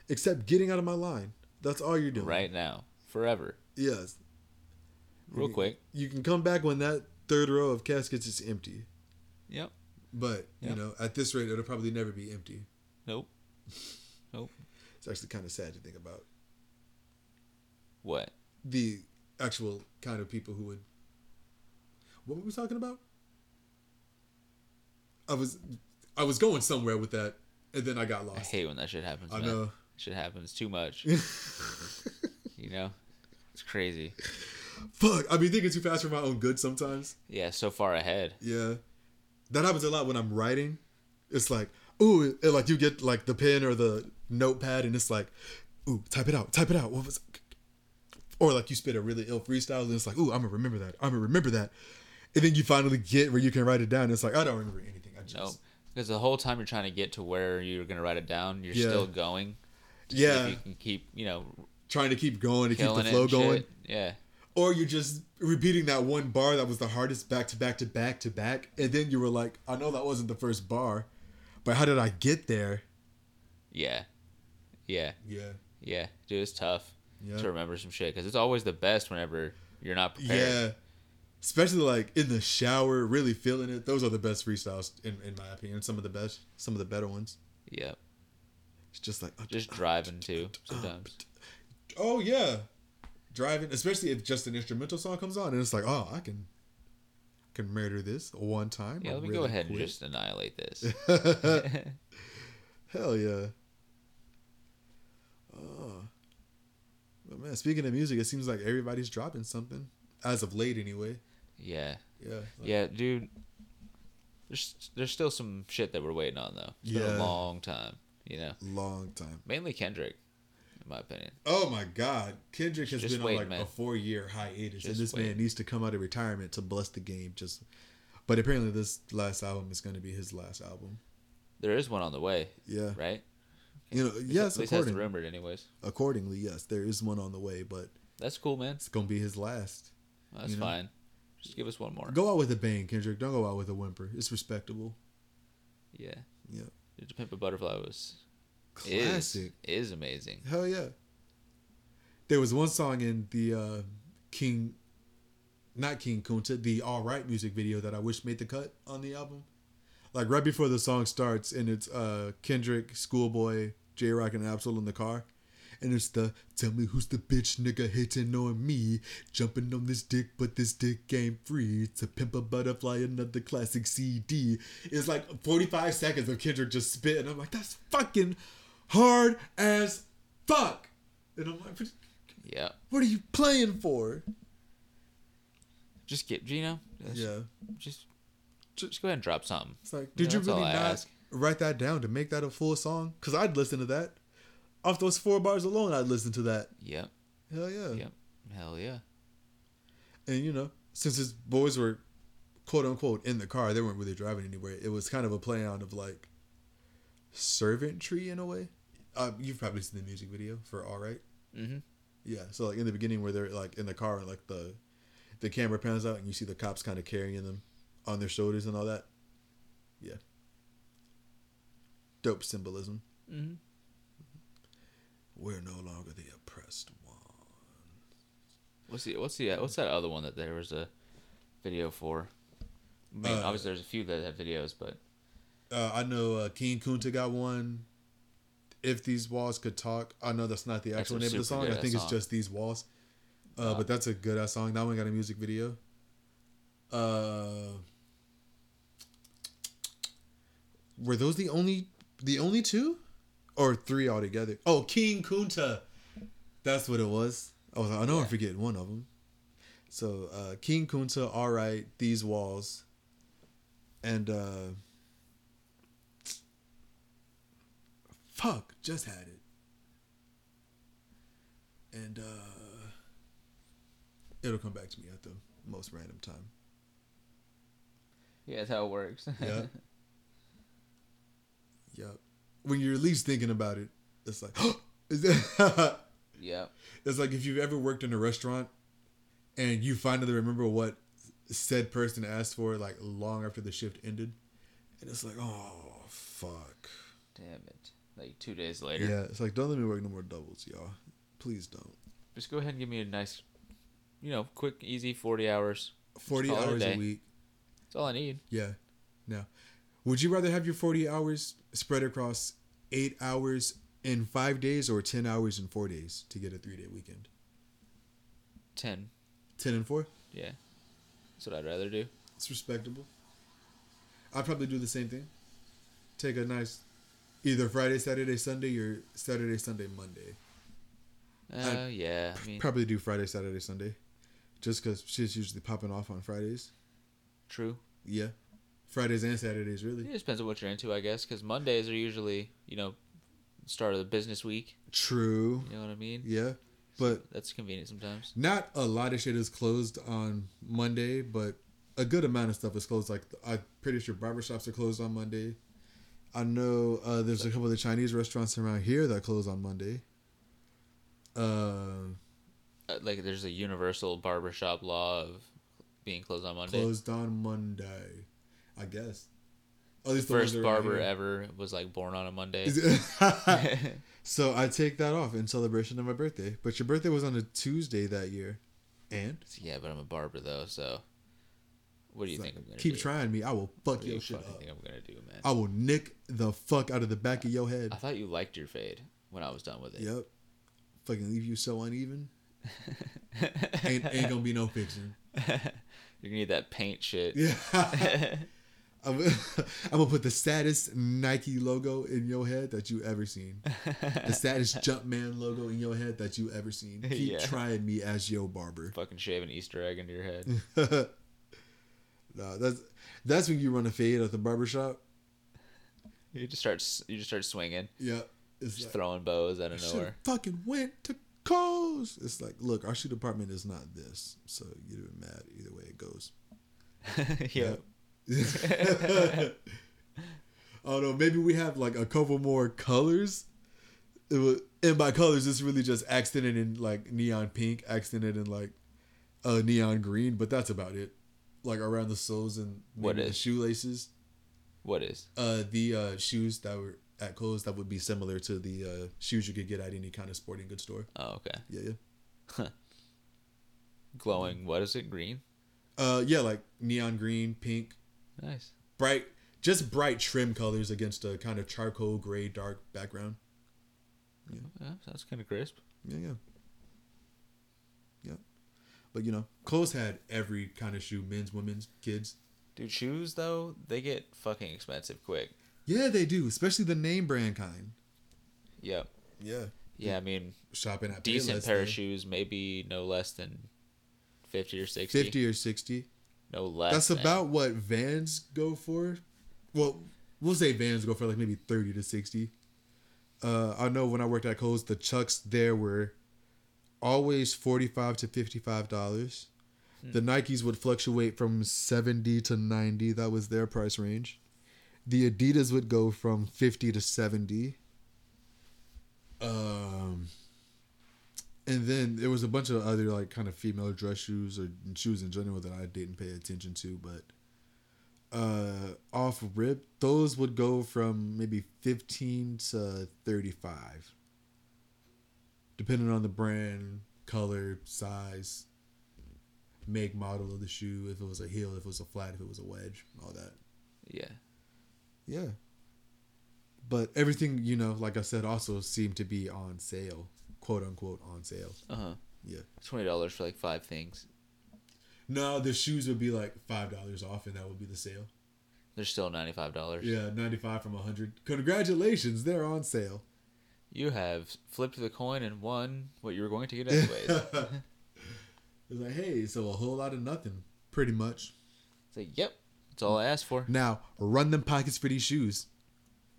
except getting out of my line. That's all you're doing. Right now. Forever. Yes. Real quick. You can come back when that third row of caskets is empty. Yep. But, Yeah. you know, at this rate it'll probably never be empty. Nope. Nope. It's actually kind of sad to think about. What? The actual kind of people who would What were we talking about? I was I was going somewhere with that and then I got I lost. hate when that shit happens. I man. know. Shit happens too much. you know, it's crazy. Fuck, I've been thinking too fast for my own good sometimes. Yeah, so far ahead. Yeah. That happens a lot when I'm writing. It's like, ooh, it- it, like you get like the pen or the notepad and it's like, ooh, type it out, type it out. What was Or like you spit a really ill freestyle and it's like, ooh, I'm gonna remember that. I'm gonna remember that. And then you finally get where you can write it down. And it's like, I don't remember anything. I just Nope. Because the whole time you're trying to get to where you're gonna write it down, you're Yeah. still going. to see Yeah. If you can keep, you know, trying to keep going to keep the killing flow it. and going. Shit. Yeah. Or you're just repeating that one bar that was the hardest back to back to back to back. And then you were like, I know that wasn't the first bar, but how did I get there? Yeah. Yeah. Yeah. Yeah. Dude, it's tough Yeah. to remember some shit because it's always the best whenever you're not prepared. Yeah. especially like in the shower, really feeling it. Those are the best freestyles in, in my opinion. Some of the best, some of the better ones. Yep. It's just like Just driving too sometimes. oh yeah, driving, especially if just an instrumental song comes on and it's like, oh, I can, can murder this one time. Yeah, or let me go really ahead and quick. just annihilate this. Hell yeah. Oh. But man, speaking of music, it seems like everybody's dropping something. As of late anyway. Yeah. Yeah. like- Yeah, dude. There's there's still some shit that we're waiting on though. It's been Yeah. a long time, you know. Long time. Mainly Kendrick, in my opinion. Oh my god. Kendrick has Just been wait, on like a man. four year hiatus and Just this man wait. needs to come out of retirement to bless the game just but apparently this last album is gonna be his last album. There is one on the way, Yeah. right? You know, yes, At least that's according, rumored, anyways. accordingly, yes, there is one on the way, but That's cool, man. it's gonna be his last. That's You know? fine. Just give us one more. Go out with a bang, Kendrick. Don't go out with a whimper. It's respectable. Yeah. Yeah. Dude, To Pimp a Butterfly was Classic. is is amazing. Hell yeah. There was one song in the uh, King, not King Kunta, the All Right music video that I wish made the cut on the album. Like right before the song starts, and it's uh, Kendrick, Schoolboy, J Rock, and Absol in the car. And it's the tell me who's the bitch nigga hating on me, jumping on this dick, but this dick ain't free. To pimp a butterfly, another classic CD. It's like 45 seconds of Kendrick just spitting. I'm like, that's fucking hard as fuck. And I'm like, what, Yeah. what are you playing for? Just get you know. Just, Yeah. Just just go ahead and drop something. It's like, did you that's all really I not ask. write that down to make that a full song? Because I'd listen to that. Off those four bars alone, I'd listen to that. Yep. Hell yeah. Yep. Hell yeah. And, you know, since his boys were quote unquote in the car, they weren't really driving anywhere. It was kind of a play on of like servantry in a way. Uh, you've probably seen the music video for All Right. Mm-hmm. Yeah, so like in the beginning where they're like in the car and like the the camera pans out and you see the cops kind of carrying them on their shoulders and all that. Yeah. Dope symbolism. Mm-hmm. We're no longer the oppressed one. What's the what's the uh, what's that other one that there was a video for? I mean, Uh, obviously there's a few that have videos, but Uh, I know uh, King Kunta got one. If these walls could talk, I know that's not the That's actual a name of the super song. I good think song. it's just these walls. Uh, but that's a good ass song. That one got a music video. Uh, were those the only the only two, or three altogether? Oh, King Kunta. That's what it was. I was like, I know I'm forgetting one of them. So uh, King Kunta, all right, these walls, and uh, fuck, just had it. And uh, it'll come back to me at the most random time. yeah, that's how it works. Yeah. yep. When you're at least thinking about it, it's like, is that? yeah. it's like if you've ever worked in a restaurant and you finally remember what said person asked for, like long after the shift ended, and it's like, oh fuck. Damn it. Like two days later. Yeah, it's like don't let me work no more doubles, y'all. Please don't. Just go ahead and give me a nice, you know, quick, easy 40 hours. Just Forty call it hours a day. week. That's all I need. Yeah. No. Would you rather have your 40 hours spread across eight hours in five days or 10 hours in four days to get a three day weekend? 10. 10 and four? Yeah. That's what I'd rather do. It's respectable. I'd probably do the same thing. Take a nice either Friday, Saturday, Sunday, or Saturday, Sunday, Monday. Uh, yeah. I mean, Probably do Friday, Saturday, Sunday. Just because shit's usually popping off on Fridays. true. Yeah. Fridays and Saturdays, really. It depends on what you're into, I guess, because Mondays are usually, you know, start of the business week. True. You know what I mean? Yeah. But That's convenient sometimes. not a lot of shit is closed on Monday, but a good amount of stuff is closed. Like I'm pretty sure barbershops are closed on Monday. I know uh, there's a couple of the Chinese restaurants around here that close on Monday. Uh, Uh, like, there's a universal barbershop law of being closed on Monday. closed on Monday, I guess. At least the ones First around barber here. ever was like born on a Monday. Is it- so I take that off in celebration of my birthday. But your birthday was on a Tuesday that year, and yeah, but I'm a barber though, so What do you It's think like, I'm gonna keep do? trying me. I will fuck What do your you shit fucking up. Oh. think I'm gonna do, man? I will nick the fuck out of the back of your head. I thought you liked your fade when I was done with it. Yep. Fucking leave you so uneven. ain't ain't gonna be no fixing. You're gonna need that paint shit. Yeah. I'm, I'm gonna put the saddest Nike logo in your head that you ever seen. The saddest Jumpman logo in your head that you ever seen. Keep Yeah. trying me as your barber. Fucking shave an Easter egg into your head. No, that's that's when you run a fade at the barber shop. you just start. s- You just start swinging, Yeah. It's just like, throwing bows out of should have nowhere. fucking went to Coles. It's like, look, our shoe department is not this, so you'd have been mad either way it goes. yeah. I don't know. Maybe we have like a couple more colors. It was, and by colors, it's really just accented in like neon pink, accented in like uh, neon green, but that's about it. Like around the soles and maybe What the is? shoelaces. What is? Uh, the uh, shoes that were at Kohl's that would be similar to the uh, shoes you could get at any kind of sporting goods store. Oh, okay. Yeah, yeah. Glowing. What is it? Green. Uh, yeah, like neon green, pink, Nice. bright, just bright trim colors against a kind of charcoal gray, dark background. Yeah, sounds kind of crisp. Yeah, yeah. Yeah. But you know, Kohl's had every kind of shoe, men's, women's, kids. Dude, shoes though they get fucking expensive quick. Yeah, they do, especially the name brand kind. Yep. Yeah. Yeah, I mean, Shopping at decent Payless, pair man. of shoes, maybe no less than fifty or sixty. 50 or 60. No less. That's than. about what Vans go for. Well, we'll say Vans go for like maybe 30 to 60. Uh, I know when I worked at Kohl's, the chucks there were always 45 to 55 dollars. Hmm. The Nikes would fluctuate from 70 to 90. That was their price range. The Adidas would go from 50 to 70. Um and then there was a bunch of other like kind of female dress shoes or shoes in general that I didn't pay attention to, but uh off rip, those would go from maybe fifteen to thirty five. Depending on the brand, color, size, make model of the shoe, if it was a heel, if it was a flat, if it was a wedge, all that. Yeah. Yeah. But everything, you know, like I said, also seemed to be on sale, quote unquote on sale. Uh huh. Yeah. Twenty dollars for like five things. No, the shoes would be like five dollars off, and that would be the sale. They're still ninety five dollars. Yeah, ninety five from hundred. Congratulations, they're on sale. You have flipped the coin and won what you were going to get anyways. it's It's like, hey, so a whole lot of nothing, pretty much. like, yep, that's all I asked for. Now run them pockets for these shoes.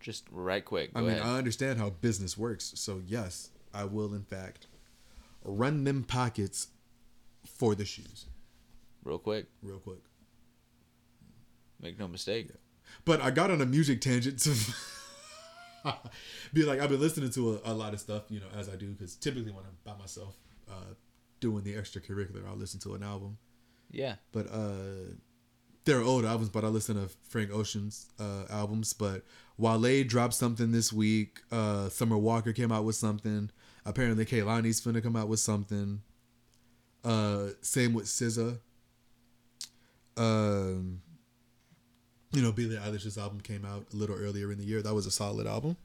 Just right quick. Go I mean, ahead. I understand how business works, so yes, I will in fact run them pockets for the shoes, Real quick. real quick. Make no mistake. But I got on a music tangent to be like, I've been listening to a, a lot of stuff, you know, as I do, because typically when I'm by myself uh, doing the extracurricular, I'll listen to an album. Yeah. But uh, they're old albums, but I listen to Frank Ocean's uh, albums. But Wale dropped something this week. Uh, Summer Walker came out with something. Apparently, Kaylani's finna come out with something. Uh, same with SZA. Um, you know, Billie Eilish's album came out a little earlier in the year. That was a solid album.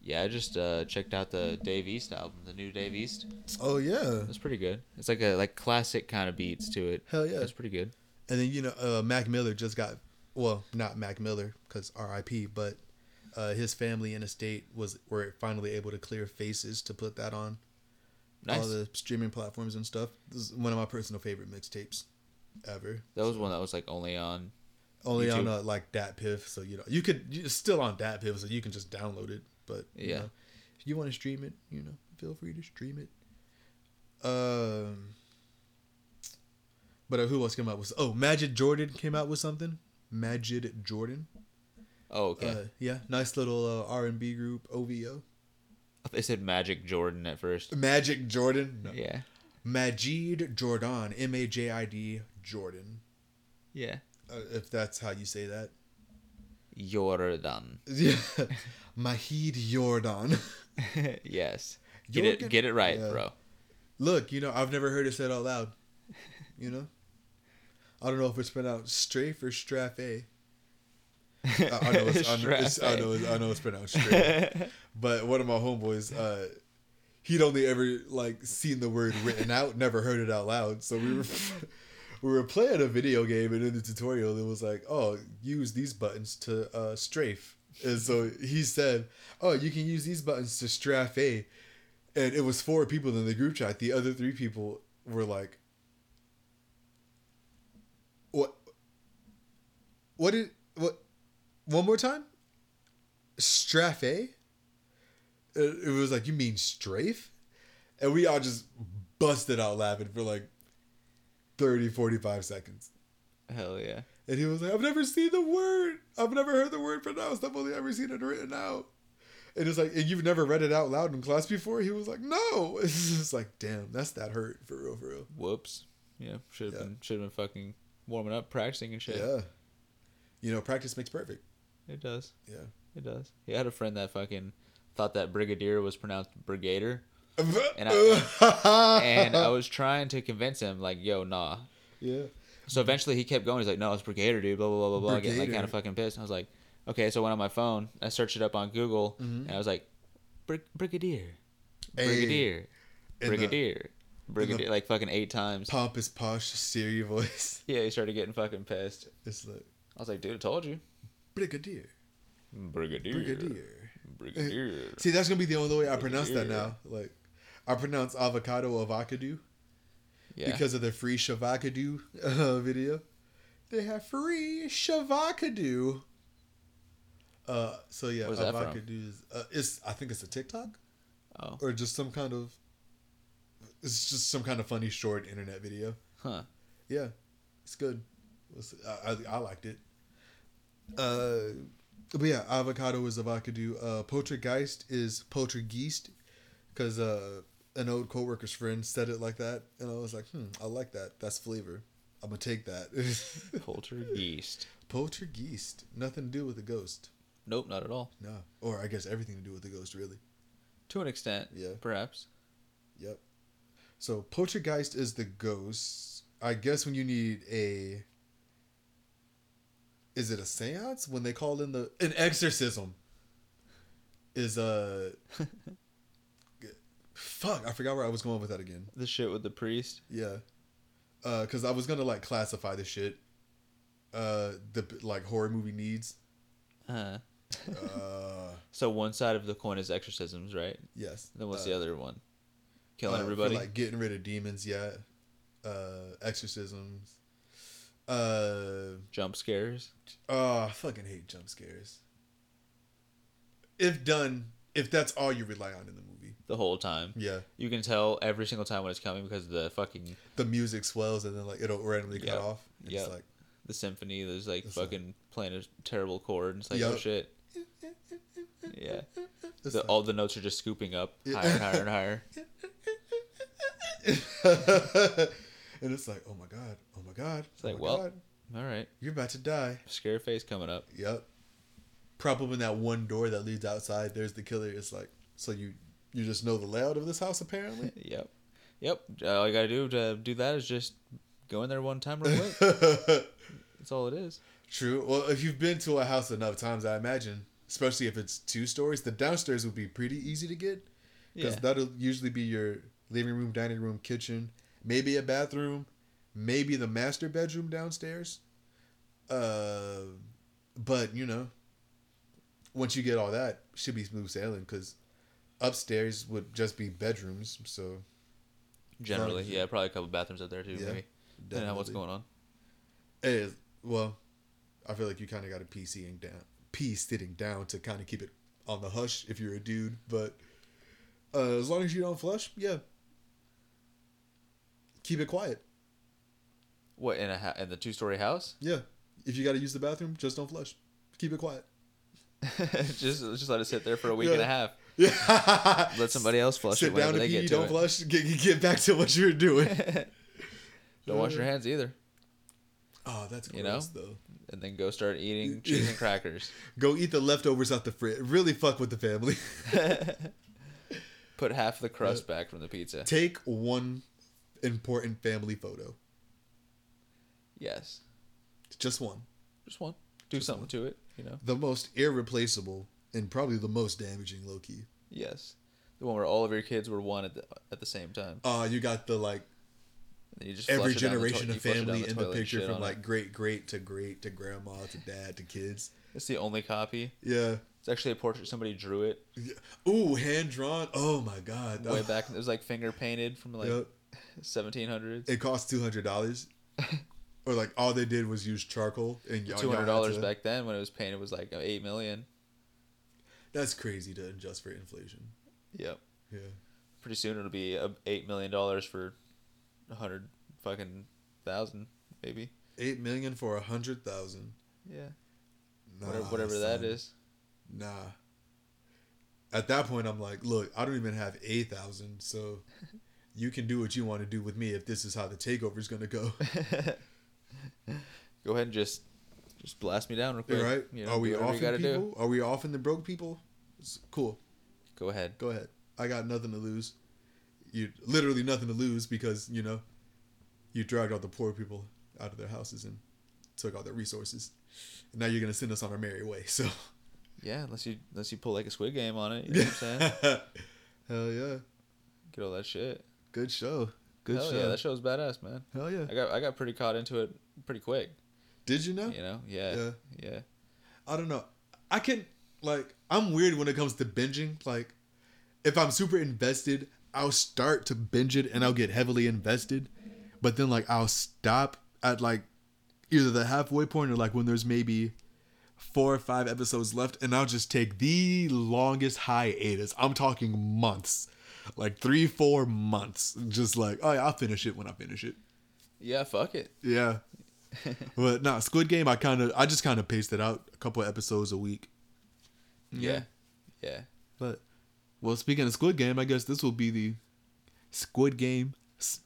Yeah, I just uh, checked out the Dave East album, the new Dave East. Oh yeah, That's pretty good. It's like a like classic kind of beats to it. Hell yeah. That's pretty good. And then you know, uh, Mac Miller just got well, not Mac Miller because R.I.P. But uh, his family and estate was were finally able to clear faces to put that on all Nice. the streaming platforms and stuff. This is one of my personal favorite mixtapes ever. that was one that was like only on. Only on YouTube. uh, like DatPiff, so you know you could you it's still on DatPiff, so you can just download it. But you Yeah. know, if you want to stream it, you know, feel free to stream it. Um, but uh, who else came out with? Oh, Magic Jordan came out with something. Magic Jordan, Oh, okay. uh, yeah, nice little uh, R and B group. OVO, they said Magic Jordan at first. Magic Jordan, no. Yeah. Majid Jordan, M A J I D Jordan. Yeah. Uh, if that's how you say that, Jordan. yeah, Mahid Jordan. yes. Get it Jordan? get it right, Yeah. bro. look, you know, I've never heard it said out loud. You know, I don't know if it's pronounced strafe or strafe. I, I know it's, I know it's, I know it's, I know it's pronounced strafe. but one of my homeboys, uh, he'd only ever like seen the word written out, never heard it out loud. So we were we were playing a video game, and in the tutorial, it was like, "Oh, use these buttons to uh, strafe." And so he said, "Oh, you can use these buttons to strafe," and it was four people in the group chat. The other three people were like, "What? What did what? One more time? Strafe?" it, it was like, "You mean strafe?" And we all just busted out laughing for like 30, 45 seconds. Hell yeah. And he was like, "I've never seen the word. I've never heard the word pronounced. I've only ever seen it written out." And it's like, "And you've never read it out loud in class before?" He was like, "No." It's just like, "Damn, that's that hurt for real, for real." Whoops. Yeah. Should have Yeah. been should have been fucking warming up, practicing and shit. Yeah. You know, practice makes perfect. It does. Yeah. It does. Yeah, I had a friend that fucking thought that brigadier was pronounced brigader, And And and uh, I was trying to convince him like, "Yo, nah." yeah. So eventually he kept going. He's like, "No, it's brigader, dude." Blah blah blah blah blah. Getting like Brigader. kind of fucking pissed. And I was like, "Okay." So I went on my phone. I searched it up on Google, and I was like, Brig- "Brigadier, Mm-hmm. Hey. brigadier, In the- brigadier, brigadier," like fucking eight times. Pompous, posh, Siri voice. Yeah, he started getting fucking pissed. It's like I was like, "Dude, I told you, brigadier, brigadier, brigadier. brigadier." See, that's gonna be the only way I pronounce that Brigadier. now. Like, I pronounce avocado avocado yeah, because of the free shavacado uh, video. They have free shavacado. Uh, so yeah, Where's that from? avocado is uh, it's I think it's a TikTok oh, or just some kind of it's just some kind of funny short internet video. huh, Yeah, it's good. It's- I, I, I liked it. Uh, but yeah, avocado is avocado. Uh, poltergeist is poltergeist because uh, an old coworker's friend said it like that, and I was like, hmm, I like that. That's flavor. I'm gonna take that. poltergeist. poltergeist, nothing to do with a ghost. Nope, not at all. No, or I guess everything to do with a ghost, really. To an extent, Yeah. perhaps. Yep. So poltergeist is the ghost. I guess when you need a is it a seance when they call in the an exorcism is a fuck I forgot where I was going with that again The shit with the priest. yeah uh because I was gonna like classify the shit uh the like horror movie needs Uh, uh so one side of the coin is exorcisms, right? yes Then what's Uh, the other one? Killing Uh, for, everybody. like getting rid of demons yet uh exorcisms uh Jump scares. oh i fucking hate jump scares if done if that's all you rely on in the movie The whole time. yeah You can tell every single time when it's coming because of the fucking the music swells and then like it'll randomly cut Yep. off and Yep. it's like the symphony. There's like It's like- fucking playing a terrible chord. And it's like oh Yup. shit. Yeah. it's The, like- all the notes are just scooping up higher and higher and higher. and it's like oh my god oh my god It's like, oh my well, god all right, you're about to die scare face coming up. Yep. Probably when that one door that leads outside, there's the killer. It's like so you you just know the layout of this house apparently. Yep, yep. Uh, all you gotta do to do that is just go in there one time real quick. That's all it is. True. Well, if you've been to a house enough times, I imagine, especially if it's two stories, the downstairs would be pretty easy to get because Yeah. that'll usually be your living room, dining room, kitchen, maybe a bathroom, maybe the master bedroom downstairs. Uh, but you know, once you get all that, should be smooth sailing because upstairs would just be bedrooms. So Generally, yeah, probably a couple bathrooms up there too. Yeah, maybe. Depending on what's definitely. going on. Eh, well, I feel like you kind of got a pee sitting down, pee sitting down to kind of keep it on the hush if you're a dude. But uh, as long as you don't flush, yeah, keep it quiet. What in a ha- in the two story house? Yeah, if you got to use the bathroom, just don't flush. Keep it quiet. just just let it sit there for a week Yeah. and a half. Let somebody else flush it Sit whenever down they to pee, get to don't it. flush. Get, get back to what you're doing. Don't wash your hands either, oh, that's gross You know? though. and then go start eating cheese and crackers. Go eat the leftovers out the fridge. Really fuck with the family. Put half the crust back from the pizza. Take one important family photo. Yes. Just one. Just one. Do something to it, you know? The most irreplaceable and probably the most damaging Loki. Yes. The one where all of your kids were one at the, at the same time. Uh, you got the like And you just flush every it down the generation toi- of you flush it down family in the toilet and picture shit from on like it. great great to great to grandma to dad to kids. It's the only copy. Yeah. It's actually a portrait. Somebody drew it Yeah. Ooh, hand drawn. Oh my god. way back. It was like finger painted from like Yep. 1700s. It cost two hundred dollars. or like all they did was use charcoal and y'all- y'all Two had hundred dollars to- back then when it was painted was like eight million. That's crazy to adjust for inflation. Yep. Yeah. Pretty soon it'll be uh, eight million dollars for a hundred fucking thousand, maybe. Eight million for a hundred thousand. Yeah. Nah, whatever whatever that son. is. Nah. At that point, I'm like, look, I don't even have a thousand, so you can do what you want to do with me if this is how the takeover is gonna go. Go ahead and just just blast me down real quick. right? You know, Are we do whatever off you gotta people? do. Are we off in the broke people? It's cool. Go ahead. Go ahead. I got nothing to lose. You literally nothing to lose because you know you dragged all the poor people out of their houses and took all their resources. And now you're gonna send us on our merry way. So Yeah, unless you unless you pull like a squid game on it, you know what I'm saying? hell yeah, Get all that shit. good show. Good Hell show. yeah, that show's badass, man. hell yeah. I got I got pretty caught into it pretty quick. Did you know? You know? Yeah. Yeah. yeah. I don't know. I can like I'm weird when it comes to binging. Like if I'm super invested, I'll start to binge it and I'll get heavily invested, but then like I'll stop at like either the halfway point or like when there's maybe four or five episodes left and I'll just take the longest hiatus. I'm talking months. Like three, four months. Just like, oh yeah, I'll finish it when I finish it. Yeah, fuck it. Yeah. but no, Squid Game I kinda I just kinda paced it out a couple episodes a week. Yeah. Yeah. But well, speaking of Squid Game, I guess this will be the Squid Game s-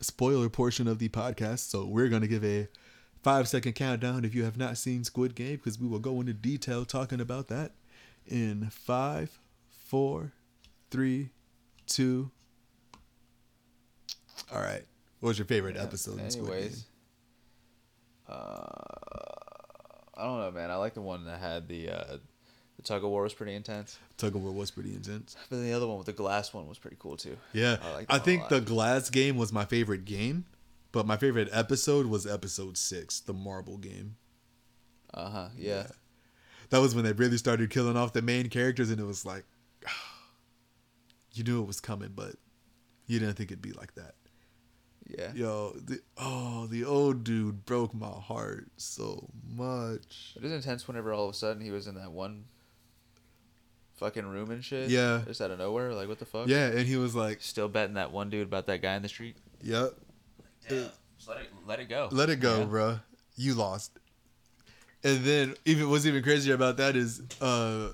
spoiler portion of the podcast. So we're gonna give a five second countdown if you have not seen Squid Game, because we will go into detail talking about that in five, four, three, two. All right. What was your favorite episode? in Squid Anyways. Game? Uh, I don't know, man. I like the one that had the uh, the tug of war was pretty intense. tug of war was pretty intense. But then the other one with the glass one was pretty cool too. Yeah, I I, like that one a think lot. the glass game was my favorite game, but my favorite episode was episode six, the marble game. Uh huh. Yeah. That was when they really started killing off the main characters, and it was like, you knew it was coming, but you didn't think it'd be like that. Yeah. Yo, the, oh, the old dude broke my heart so much. It was intense whenever all of a sudden he was in that one fucking room and shit. Yeah. Just out of nowhere. Like, what the fuck? Yeah, and he was like, Still betting that one dude about that guy in the street. "Yep, Just let it, let it go. let it go, Yeah. bruh. You lost. And then even what's even crazier about that is uh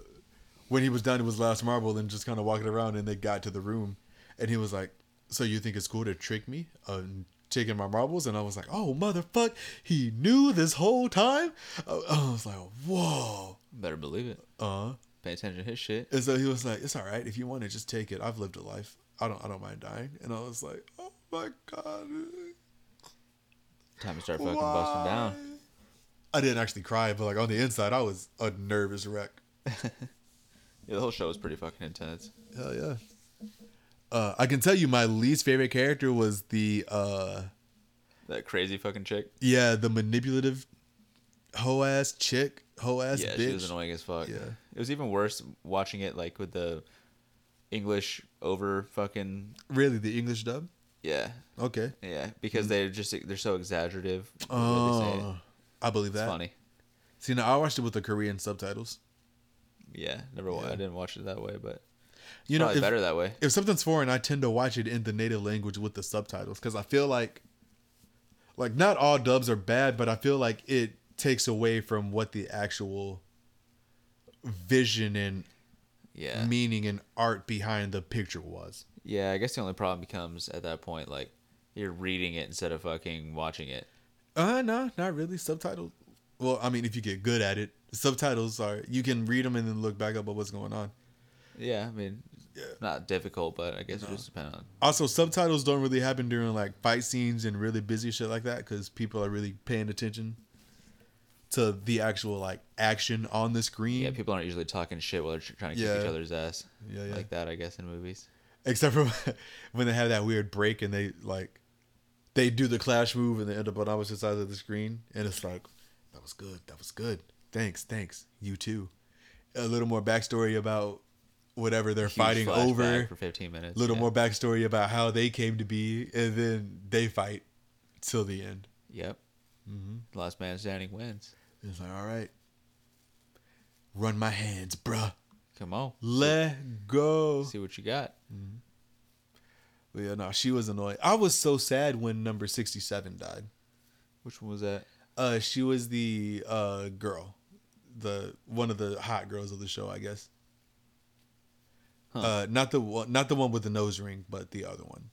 when he was done with his last marble and just kind of walking around and they got to the room and he was like, So you think it's cool to trick me on taking my marbles? And I was like, Oh motherfuck, he knew this whole time? I I was like, Whoa. Better believe it. Uh Pay attention to his shit. and so he was like, "It's all right if you want to just take it. I've lived a life. I don't. I don't mind dying." And I was like, "Oh my god, Time to start fucking busting down. Why? I didn't actually cry, but like on the inside, I was a nervous wreck. Yeah, the whole show was pretty fucking intense. Hell yeah. Uh, I can tell you my least favorite character was the uh That crazy fucking chick. yeah, the manipulative hoe ass chick, hoe ass yeah, she was bitch. annoying as fuck. Yeah. It was even worse watching it like with the English over fucking Really the English dub? yeah. Okay. Yeah, because they're just they're so exaggerative. with the way they say it. Mm. Oh, I believe it's that. funny. See, now I watched it with the Korean subtitles. Yeah, never. wa- I didn't watch it that way, but You know, probably if, better that way. if something's foreign, I tend to watch it in the native language with the subtitles because I feel like, like not all dubs are bad, but I feel like it takes away from what the actual vision and Yeah. meaning and art behind the picture was. yeah, I guess the only problem becomes at that point like you're reading it instead of fucking watching it. Uh no, not really. Subtitles. Well, I mean, if you get good at it, subtitles are you can read them and then look back up at what's going on. Yeah, I mean, Not difficult, but I guess it just depends on. Also, subtitles don't really happen during like fight scenes and really busy shit like that because people are really paying attention to the actual like action on the screen. Yeah, people aren't usually talking shit while they're tr- trying to kick Yeah. each other's ass. Yeah, yeah. Like that, I guess, in movies. Except for when they have that weird break and they like they do the clash move and they end up on opposite sides of the screen and it's like that was good, that was good. Thanks, thanks. You too. A little more backstory about whatever they're Huge fighting flashback over. for 15 minutes. little yeah. more backstory about how they came to be, and then they fight till the end. Yep. Mm-hmm. Last man standing wins. It's like, all right, run my hands, bruh. Come on. Let go. See what you got. But yeah, no, she was annoyed. I was so sad when number sixty-seven died. Which one was that? Uh, she was the uh girl, the one of the hot girls of the show, I guess. Uh, not the one, not the one with the nose ring, but the other one.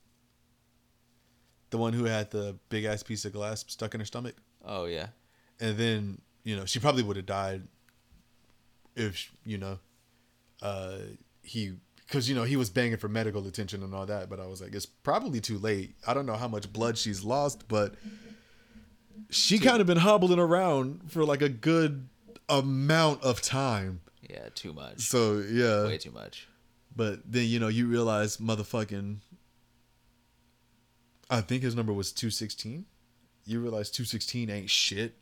The one who had the big ass piece of glass stuck in her stomach. Oh, yeah. and then you know she probably would have died if you know uh he because you know he was banging for medical attention and all that but i was like it's probably too late i don't know how much blood she's lost but she kind of been hobbling around for like a good amount of time Yeah, too much. so yeah Way too much. but then you know you realize motherfucking I think his number was 216. You realize 216 ain't shit.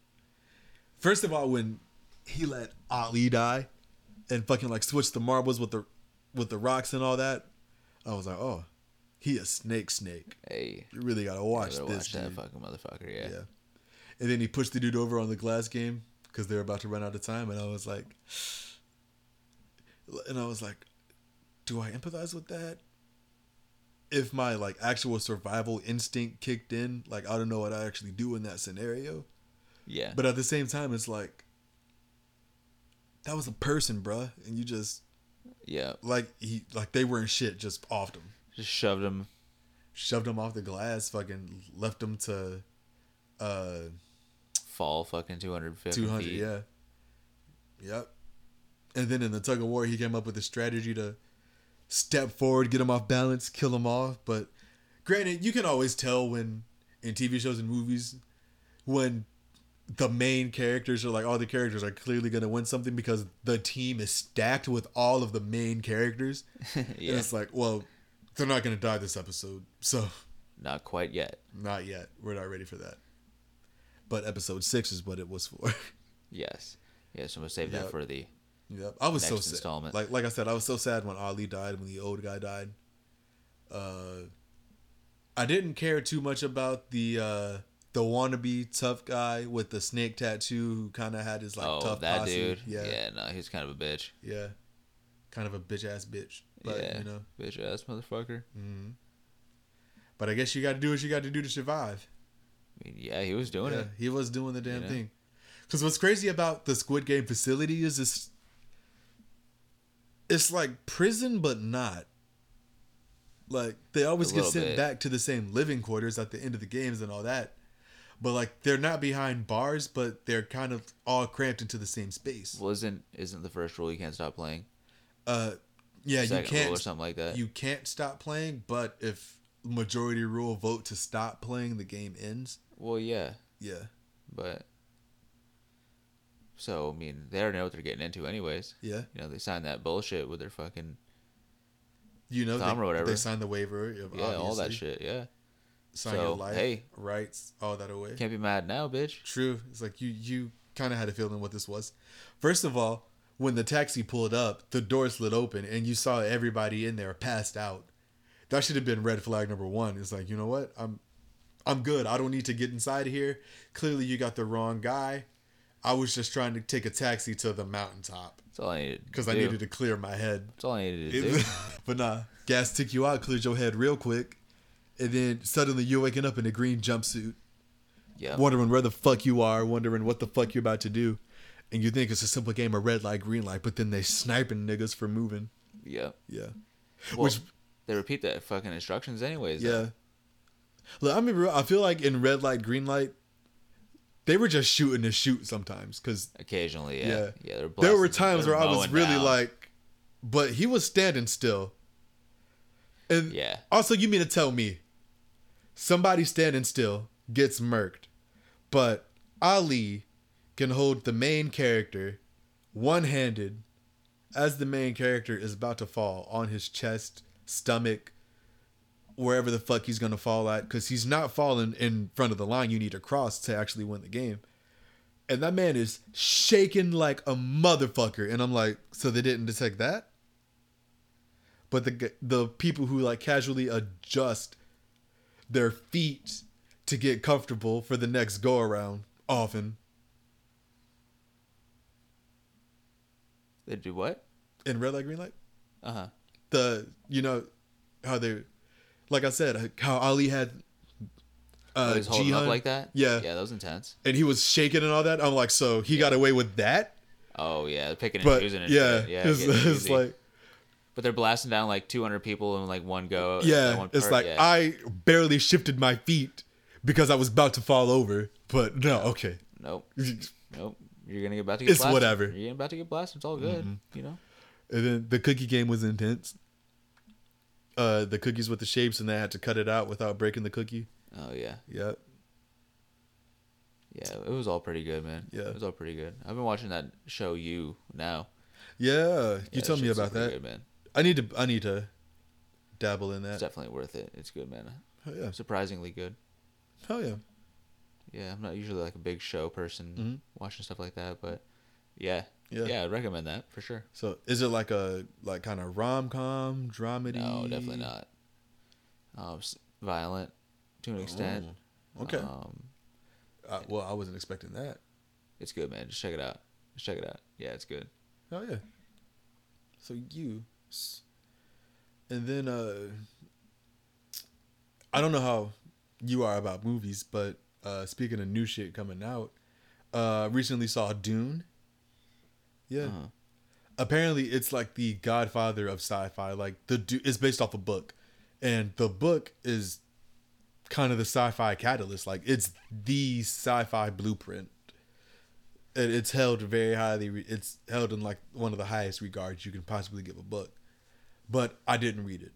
First of all when he let Ali die and fucking like switched the marbles with the with the rocks and all that, I was like, "Oh, he a snake snake. Hey. You really got to watch Better this." watch that dude. fucking motherfucker. Yeah. Yeah. And then he pushed the dude over on the glass game because they were about to run out of time. And I was like, and I was like, do I empathize with that? If my like actual survival instinct kicked in, like I don't know what I actually do in that scenario. Yeah. But at the same time, it's like that was a person, bruh, and you just yeah. like he like they weren't shit, just offed him Just shoved him. shoved him off the glass, fucking left him to uh Fall fucking 250 Two hundred, feet. yeah. Yep. And then in the tug of war, he came up with a strategy to step forward, get him off balance, kill him off. But granted, you can always tell when in TV shows and movies when the main characters are like all the characters are clearly going to win something because the team is stacked with all of the main characters. Yeah. And it's like, well, they're not going to die this episode. So Not quite yet. not yet. We're not ready for that. But episode six is what it was for. Yes. Yeah, so I'm going to save Yep. that for the. Yep. I was so next sad. installment. Like like I said, I was so sad when Ali died, when the old guy died. Uh I didn't care too much about the uh the wannabe tough guy with the snake tattoo who kinda had his like Oh, tough that posse. dude. Yeah. Yeah. Yeah. no, he was kind of a bitch. Kind of a bitch ass bitch. But yeah. you know. Mm. Bitch ass motherfucker. But I guess you gotta do what you gotta do to survive. I mean, Oh, yeah, he was doing Yeah, it. he was doing the damn know? thing. Because what's crazy about the Squid Game facility is this. It's like prison, but not. Like they always A get little sent bit. back to the same living quarters at the end of the games and all that, but like they're not behind bars, but they're kind of all cramped into the same space. Well, isn't isn't the first rule you can't stop playing? Uh, yeah, you Second can't rule or something like that. you can't stop playing, but if majority rule vote to stop playing, the game ends. well, yeah, Yeah, but so I mean, they already know what they're getting into, anyways. yeah. You know, they signed that bullshit with their fucking you know, thumb they, or whatever. They signed the waiver. Yeah, yeah, all that shit. Yeah, Sign So, your life, hey. rights, all that away. can't be mad now, bitch. True. It's like you you kind of had a feeling what this was. First of all, when the taxi pulled up, the door slid open and you saw everybody in there passed out. That should have been red flag number one. It's like you know what? I'm I'm good. I don't need to get inside here. Clearly, you got the wrong guy. I was just trying to take a taxi to the mountaintop That's all I needed. because I needed to clear my head. That's all I needed to do. but nah, gas took you out, cleared your head real quick, and then suddenly you're waking up in a green jumpsuit, yeah. wondering where the fuck you are, wondering what the fuck you're about to do, and you think it's a simple game of red light, green light, but then they sniping niggas for moving. Yeah. Yeah, Well, Which- they repeat that fucking instructions, anyways. though. yeah. Look, I mean, real- I feel like in red light, green light, they were just shooting to shoot sometimes because Occasionally, yeah. Yeah. Yeah. they're there were blasting- times they're where I was mowing really down. like, but he was standing still. And Yeah. Also, you mean to tell me somebody standing still gets murked, but Ali can hold the main character one handed as the main character is about to fall on his chest, stomach, wherever the fuck he's gonna fall at, because he's not falling in front of the line you need to cross to actually win the game. And that man is shaking like a motherfucker. And I'm like, so they didn't detect that? But the g- the people who like casually adjust their feet to get comfortable for the next go around often They do what? in red light, green light. Uh huh. the you know how they like I said how Ali had uh Oh, he's holding Jihan, up like that. Yeah. Yeah, that was intense. and he was shaking and all that I'm like so he got away with that Oh yeah, they're picking and but choosing it. yeah, yeah. it's, getting it it's easy. like but they're blasting down like 200 people in like one go. at yeah one it's part, like yeah. I barely shifted my feet because I was about to fall over but no okay nope, and nope. You're gonna get about to get. It's blasted. whatever. Mm-hmm. You're about to get blasted. It's all good. You know. then the cookie game was intense uh the cookies with the shapes and they had to cut it out without breaking the cookie Oh yeah, yep yeah. It was all pretty good, man. Yeah. it was all pretty good. I've been watching that show you now. yeah you Yeah, tell me shit's about pretty that good, man. I need to I need to dabble in that It's definitely worth it. It's good, man. Hell yeah. Surprisingly good. Hell yeah. Yeah, I'm not usually like a big show person watching stuff like that, but yeah, Mm-hmm. Yeah. yeah, I'd recommend that for sure. So is it like a like kind of rom com dramedy? No, definitely not. Um, s- violent to an extent. Okay. Um, Uh, well, I wasn't expecting that. it's good, man. Just check it out. Just check it out. Yeah, it's good. Hell yeah. So you, s- and then uh, I don't know how you are about movies, but uh, speaking of new shit coming out, uh, recently saw Dune. Yeah. Uh-huh. apparently it's like the godfather of sci-fi like the du- it's based off a book and the book is kind of the sci-fi catalyst like it's the sci-fi blueprint and it's held very highly re- it's held in like one of the highest regards you can possibly give a book but i didn't read it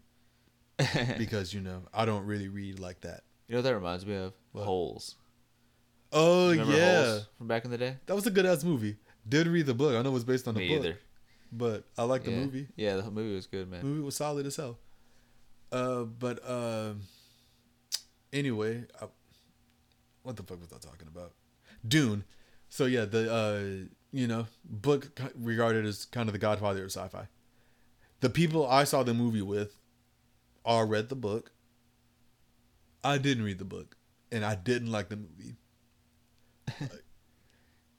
Eh. because you know i don't really read like that You know what that reminds me of? Holes. oh Remember yeah Holes from back in the day? that was a good ass movie did read the book i know it's based on the Me book either. but i like the yeah. movie Yeah, the whole movie was good, man. movie was solid as hell. Uh, but um, anyway, I, what the fuck was I talking about? Dune. So yeah, the uh, you know, book ki- regarded as kind of the godfather of sci-fi. The people I saw the movie with, all read the book. I didn't read the book, and I didn't like the movie.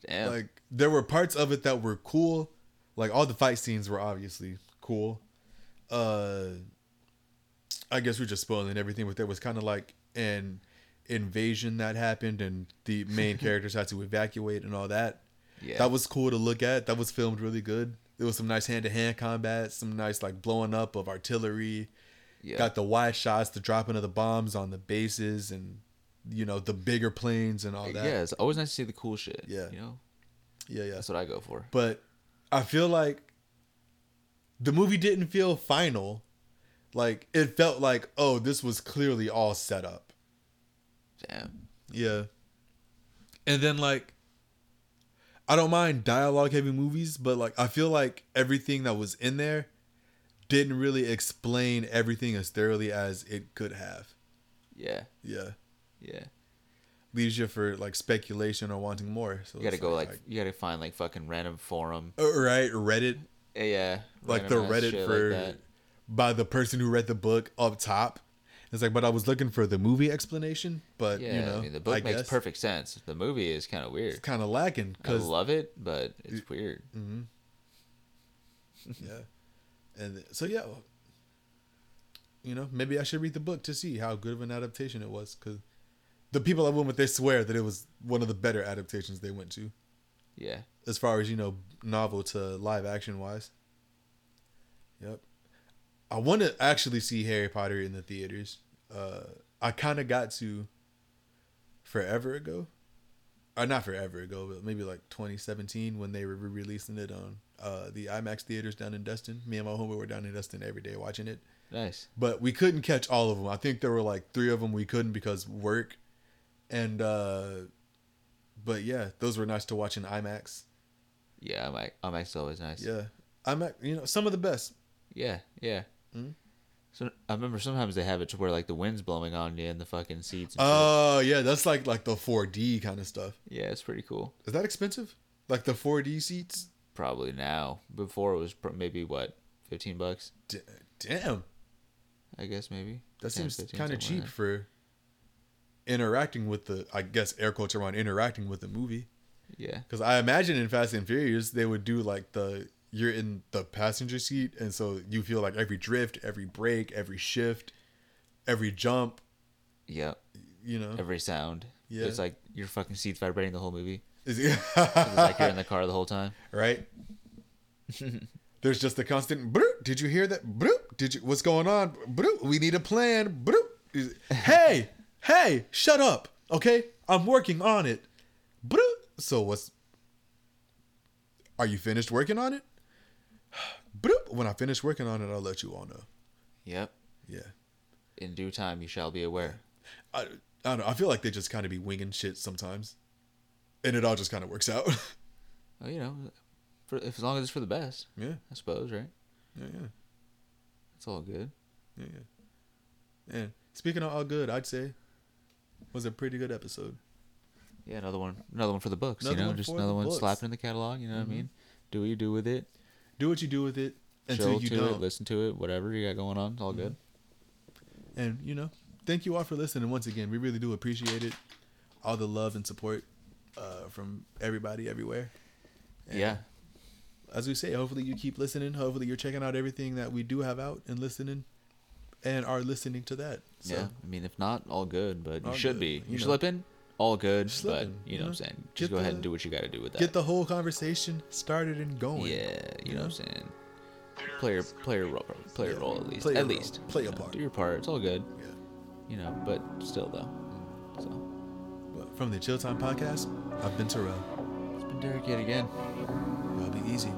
Damn. Like there were parts of it that were cool. Like all the fight scenes were obviously cool. Uh I guess we're just spoiling everything, but there was kind of like an invasion that happened and the main characters had to evacuate and all that. yeah. That was cool to look at. That was filmed really good. There was some nice hand to hand combat, some nice like blowing up of artillery. yeah. Got the wide shots, the dropping of the bombs on the bases and you know, the bigger planes and all that. Uh, yeah, it's always nice to see the cool shit. Yeah. You know? yeah. yeah. That's what I go for. but I feel like the movie didn't feel final. Like it felt like, oh, this was clearly all set up. Damn. Yeah. And then like I don't mind dialogue heavy movies, but like I feel like everything that was in there didn't really explain everything as thoroughly as it could have. Yeah. Yeah. Yeah. Leaves you for like speculation or wanting more. So You gotta it's go like, you gotta find like fucking random forum. like right, Reddit Yeah, Yeah. like the randomized Reddit shit for like that. by the person who read the book up top. It's like, but I was looking for the movie explanation, but Yeah, you know, I mean the book makes guess perfect sense. The movie is kind of weird. It's Mm. kind of lacking I because love it, but it's weird. yeah, and so yeah, well, you know, maybe I should read the book to see how good of an adaptation it was because the people I went with they swear that it was one of the better adaptations they went to Yeah. as far as you know, novel to live action wise. Yep. I want to actually see Harry Potter in the theaters. Uh, I kind of got to forever ago, or not forever ago, but maybe like 2017 when they were re-releasing it on uh, the IMAX theaters down in Destin. Me and my homie were down in Destin every day watching it. Nice. but we couldn't catch all of them. I think there were like three of them we couldn't because work, and uh but yeah, those were nice to watch in IMAX. Yeah, I'm like, I'm actually always nice. Yeah, IMAX, you know, some of the best. Yeah, yeah. Hmm? So I remember sometimes they have it to where like the wind's blowing on you in the fucking seats. And shit. Oh yeah, that's like like the 4D kind of stuff. yeah, it's pretty cool. Is that expensive? Like the 4D seats? Probably now. Before it was pr- maybe what fifteen bucks, D- damn, I guess maybe. that 10, seems 15, kind of something cheap like for interacting with the. I guess air quotes around interacting with the movie. that. Yeah, Because I imagine in Fast and Furious they would do like the you're in the passenger seat, and so you feel like every drift, every break, every shift, every jump. yeah. You know, Every sound. Yeah. It's like your fucking seat's vibrating the whole movie. Is it- It's like you're in the car the whole time. right? There's just the constant. Broop, did you hear that? Broop, did you? What's going on? Broop, we need a plan. Broop. Is- Hey, hey, shut up. Okay, I'm working on it. Broop. So what's? Are you finished working on it? Broop. When I finish working on it, I'll let you all know. Yep. Yeah. In due time, you shall be aware. I, I don't know. I feel like they just kind of be winging shit sometimes, and it all just kind of works out. Well, you know, for, if, as long as it's for the best, yeah. I suppose, right? Yeah. Yeah. It's all good. Yeah, yeah. And speaking of all good, I'd say was a pretty good episode. Yeah, another one, another one for the books. Another you know, one just for another the one books. slapping in the catalog. You know what I mean? Do what you do with it. Do what you do with it until Chill you to it. don't. Listen to it. Whatever you got going on, it's all good. and you know, thank you all for listening once again. We really do appreciate it. All the love and support uh, from everybody everywhere. Yeah. As we say, hopefully you keep listening. Hopefully you're checking out everything that we do have out and listening and are listening to that. So yeah. I mean, if not, all good. But All you should good, be. you You're know. slipping. All good. Slipping, but you know, what I'm saying. Get Just go ahead and the- do what you got to do with that. get the whole conversation started and going. yeah. You know what I'm saying. Play your Players. play your role. Play your Yeah, role at least. play At your role, least. play you your know, part. Do your part. It's all good. Yeah. You know, but still though. So But from the Chill Time Podcast, I've been Terrell. it's been Derek yet again. Y'all be easy.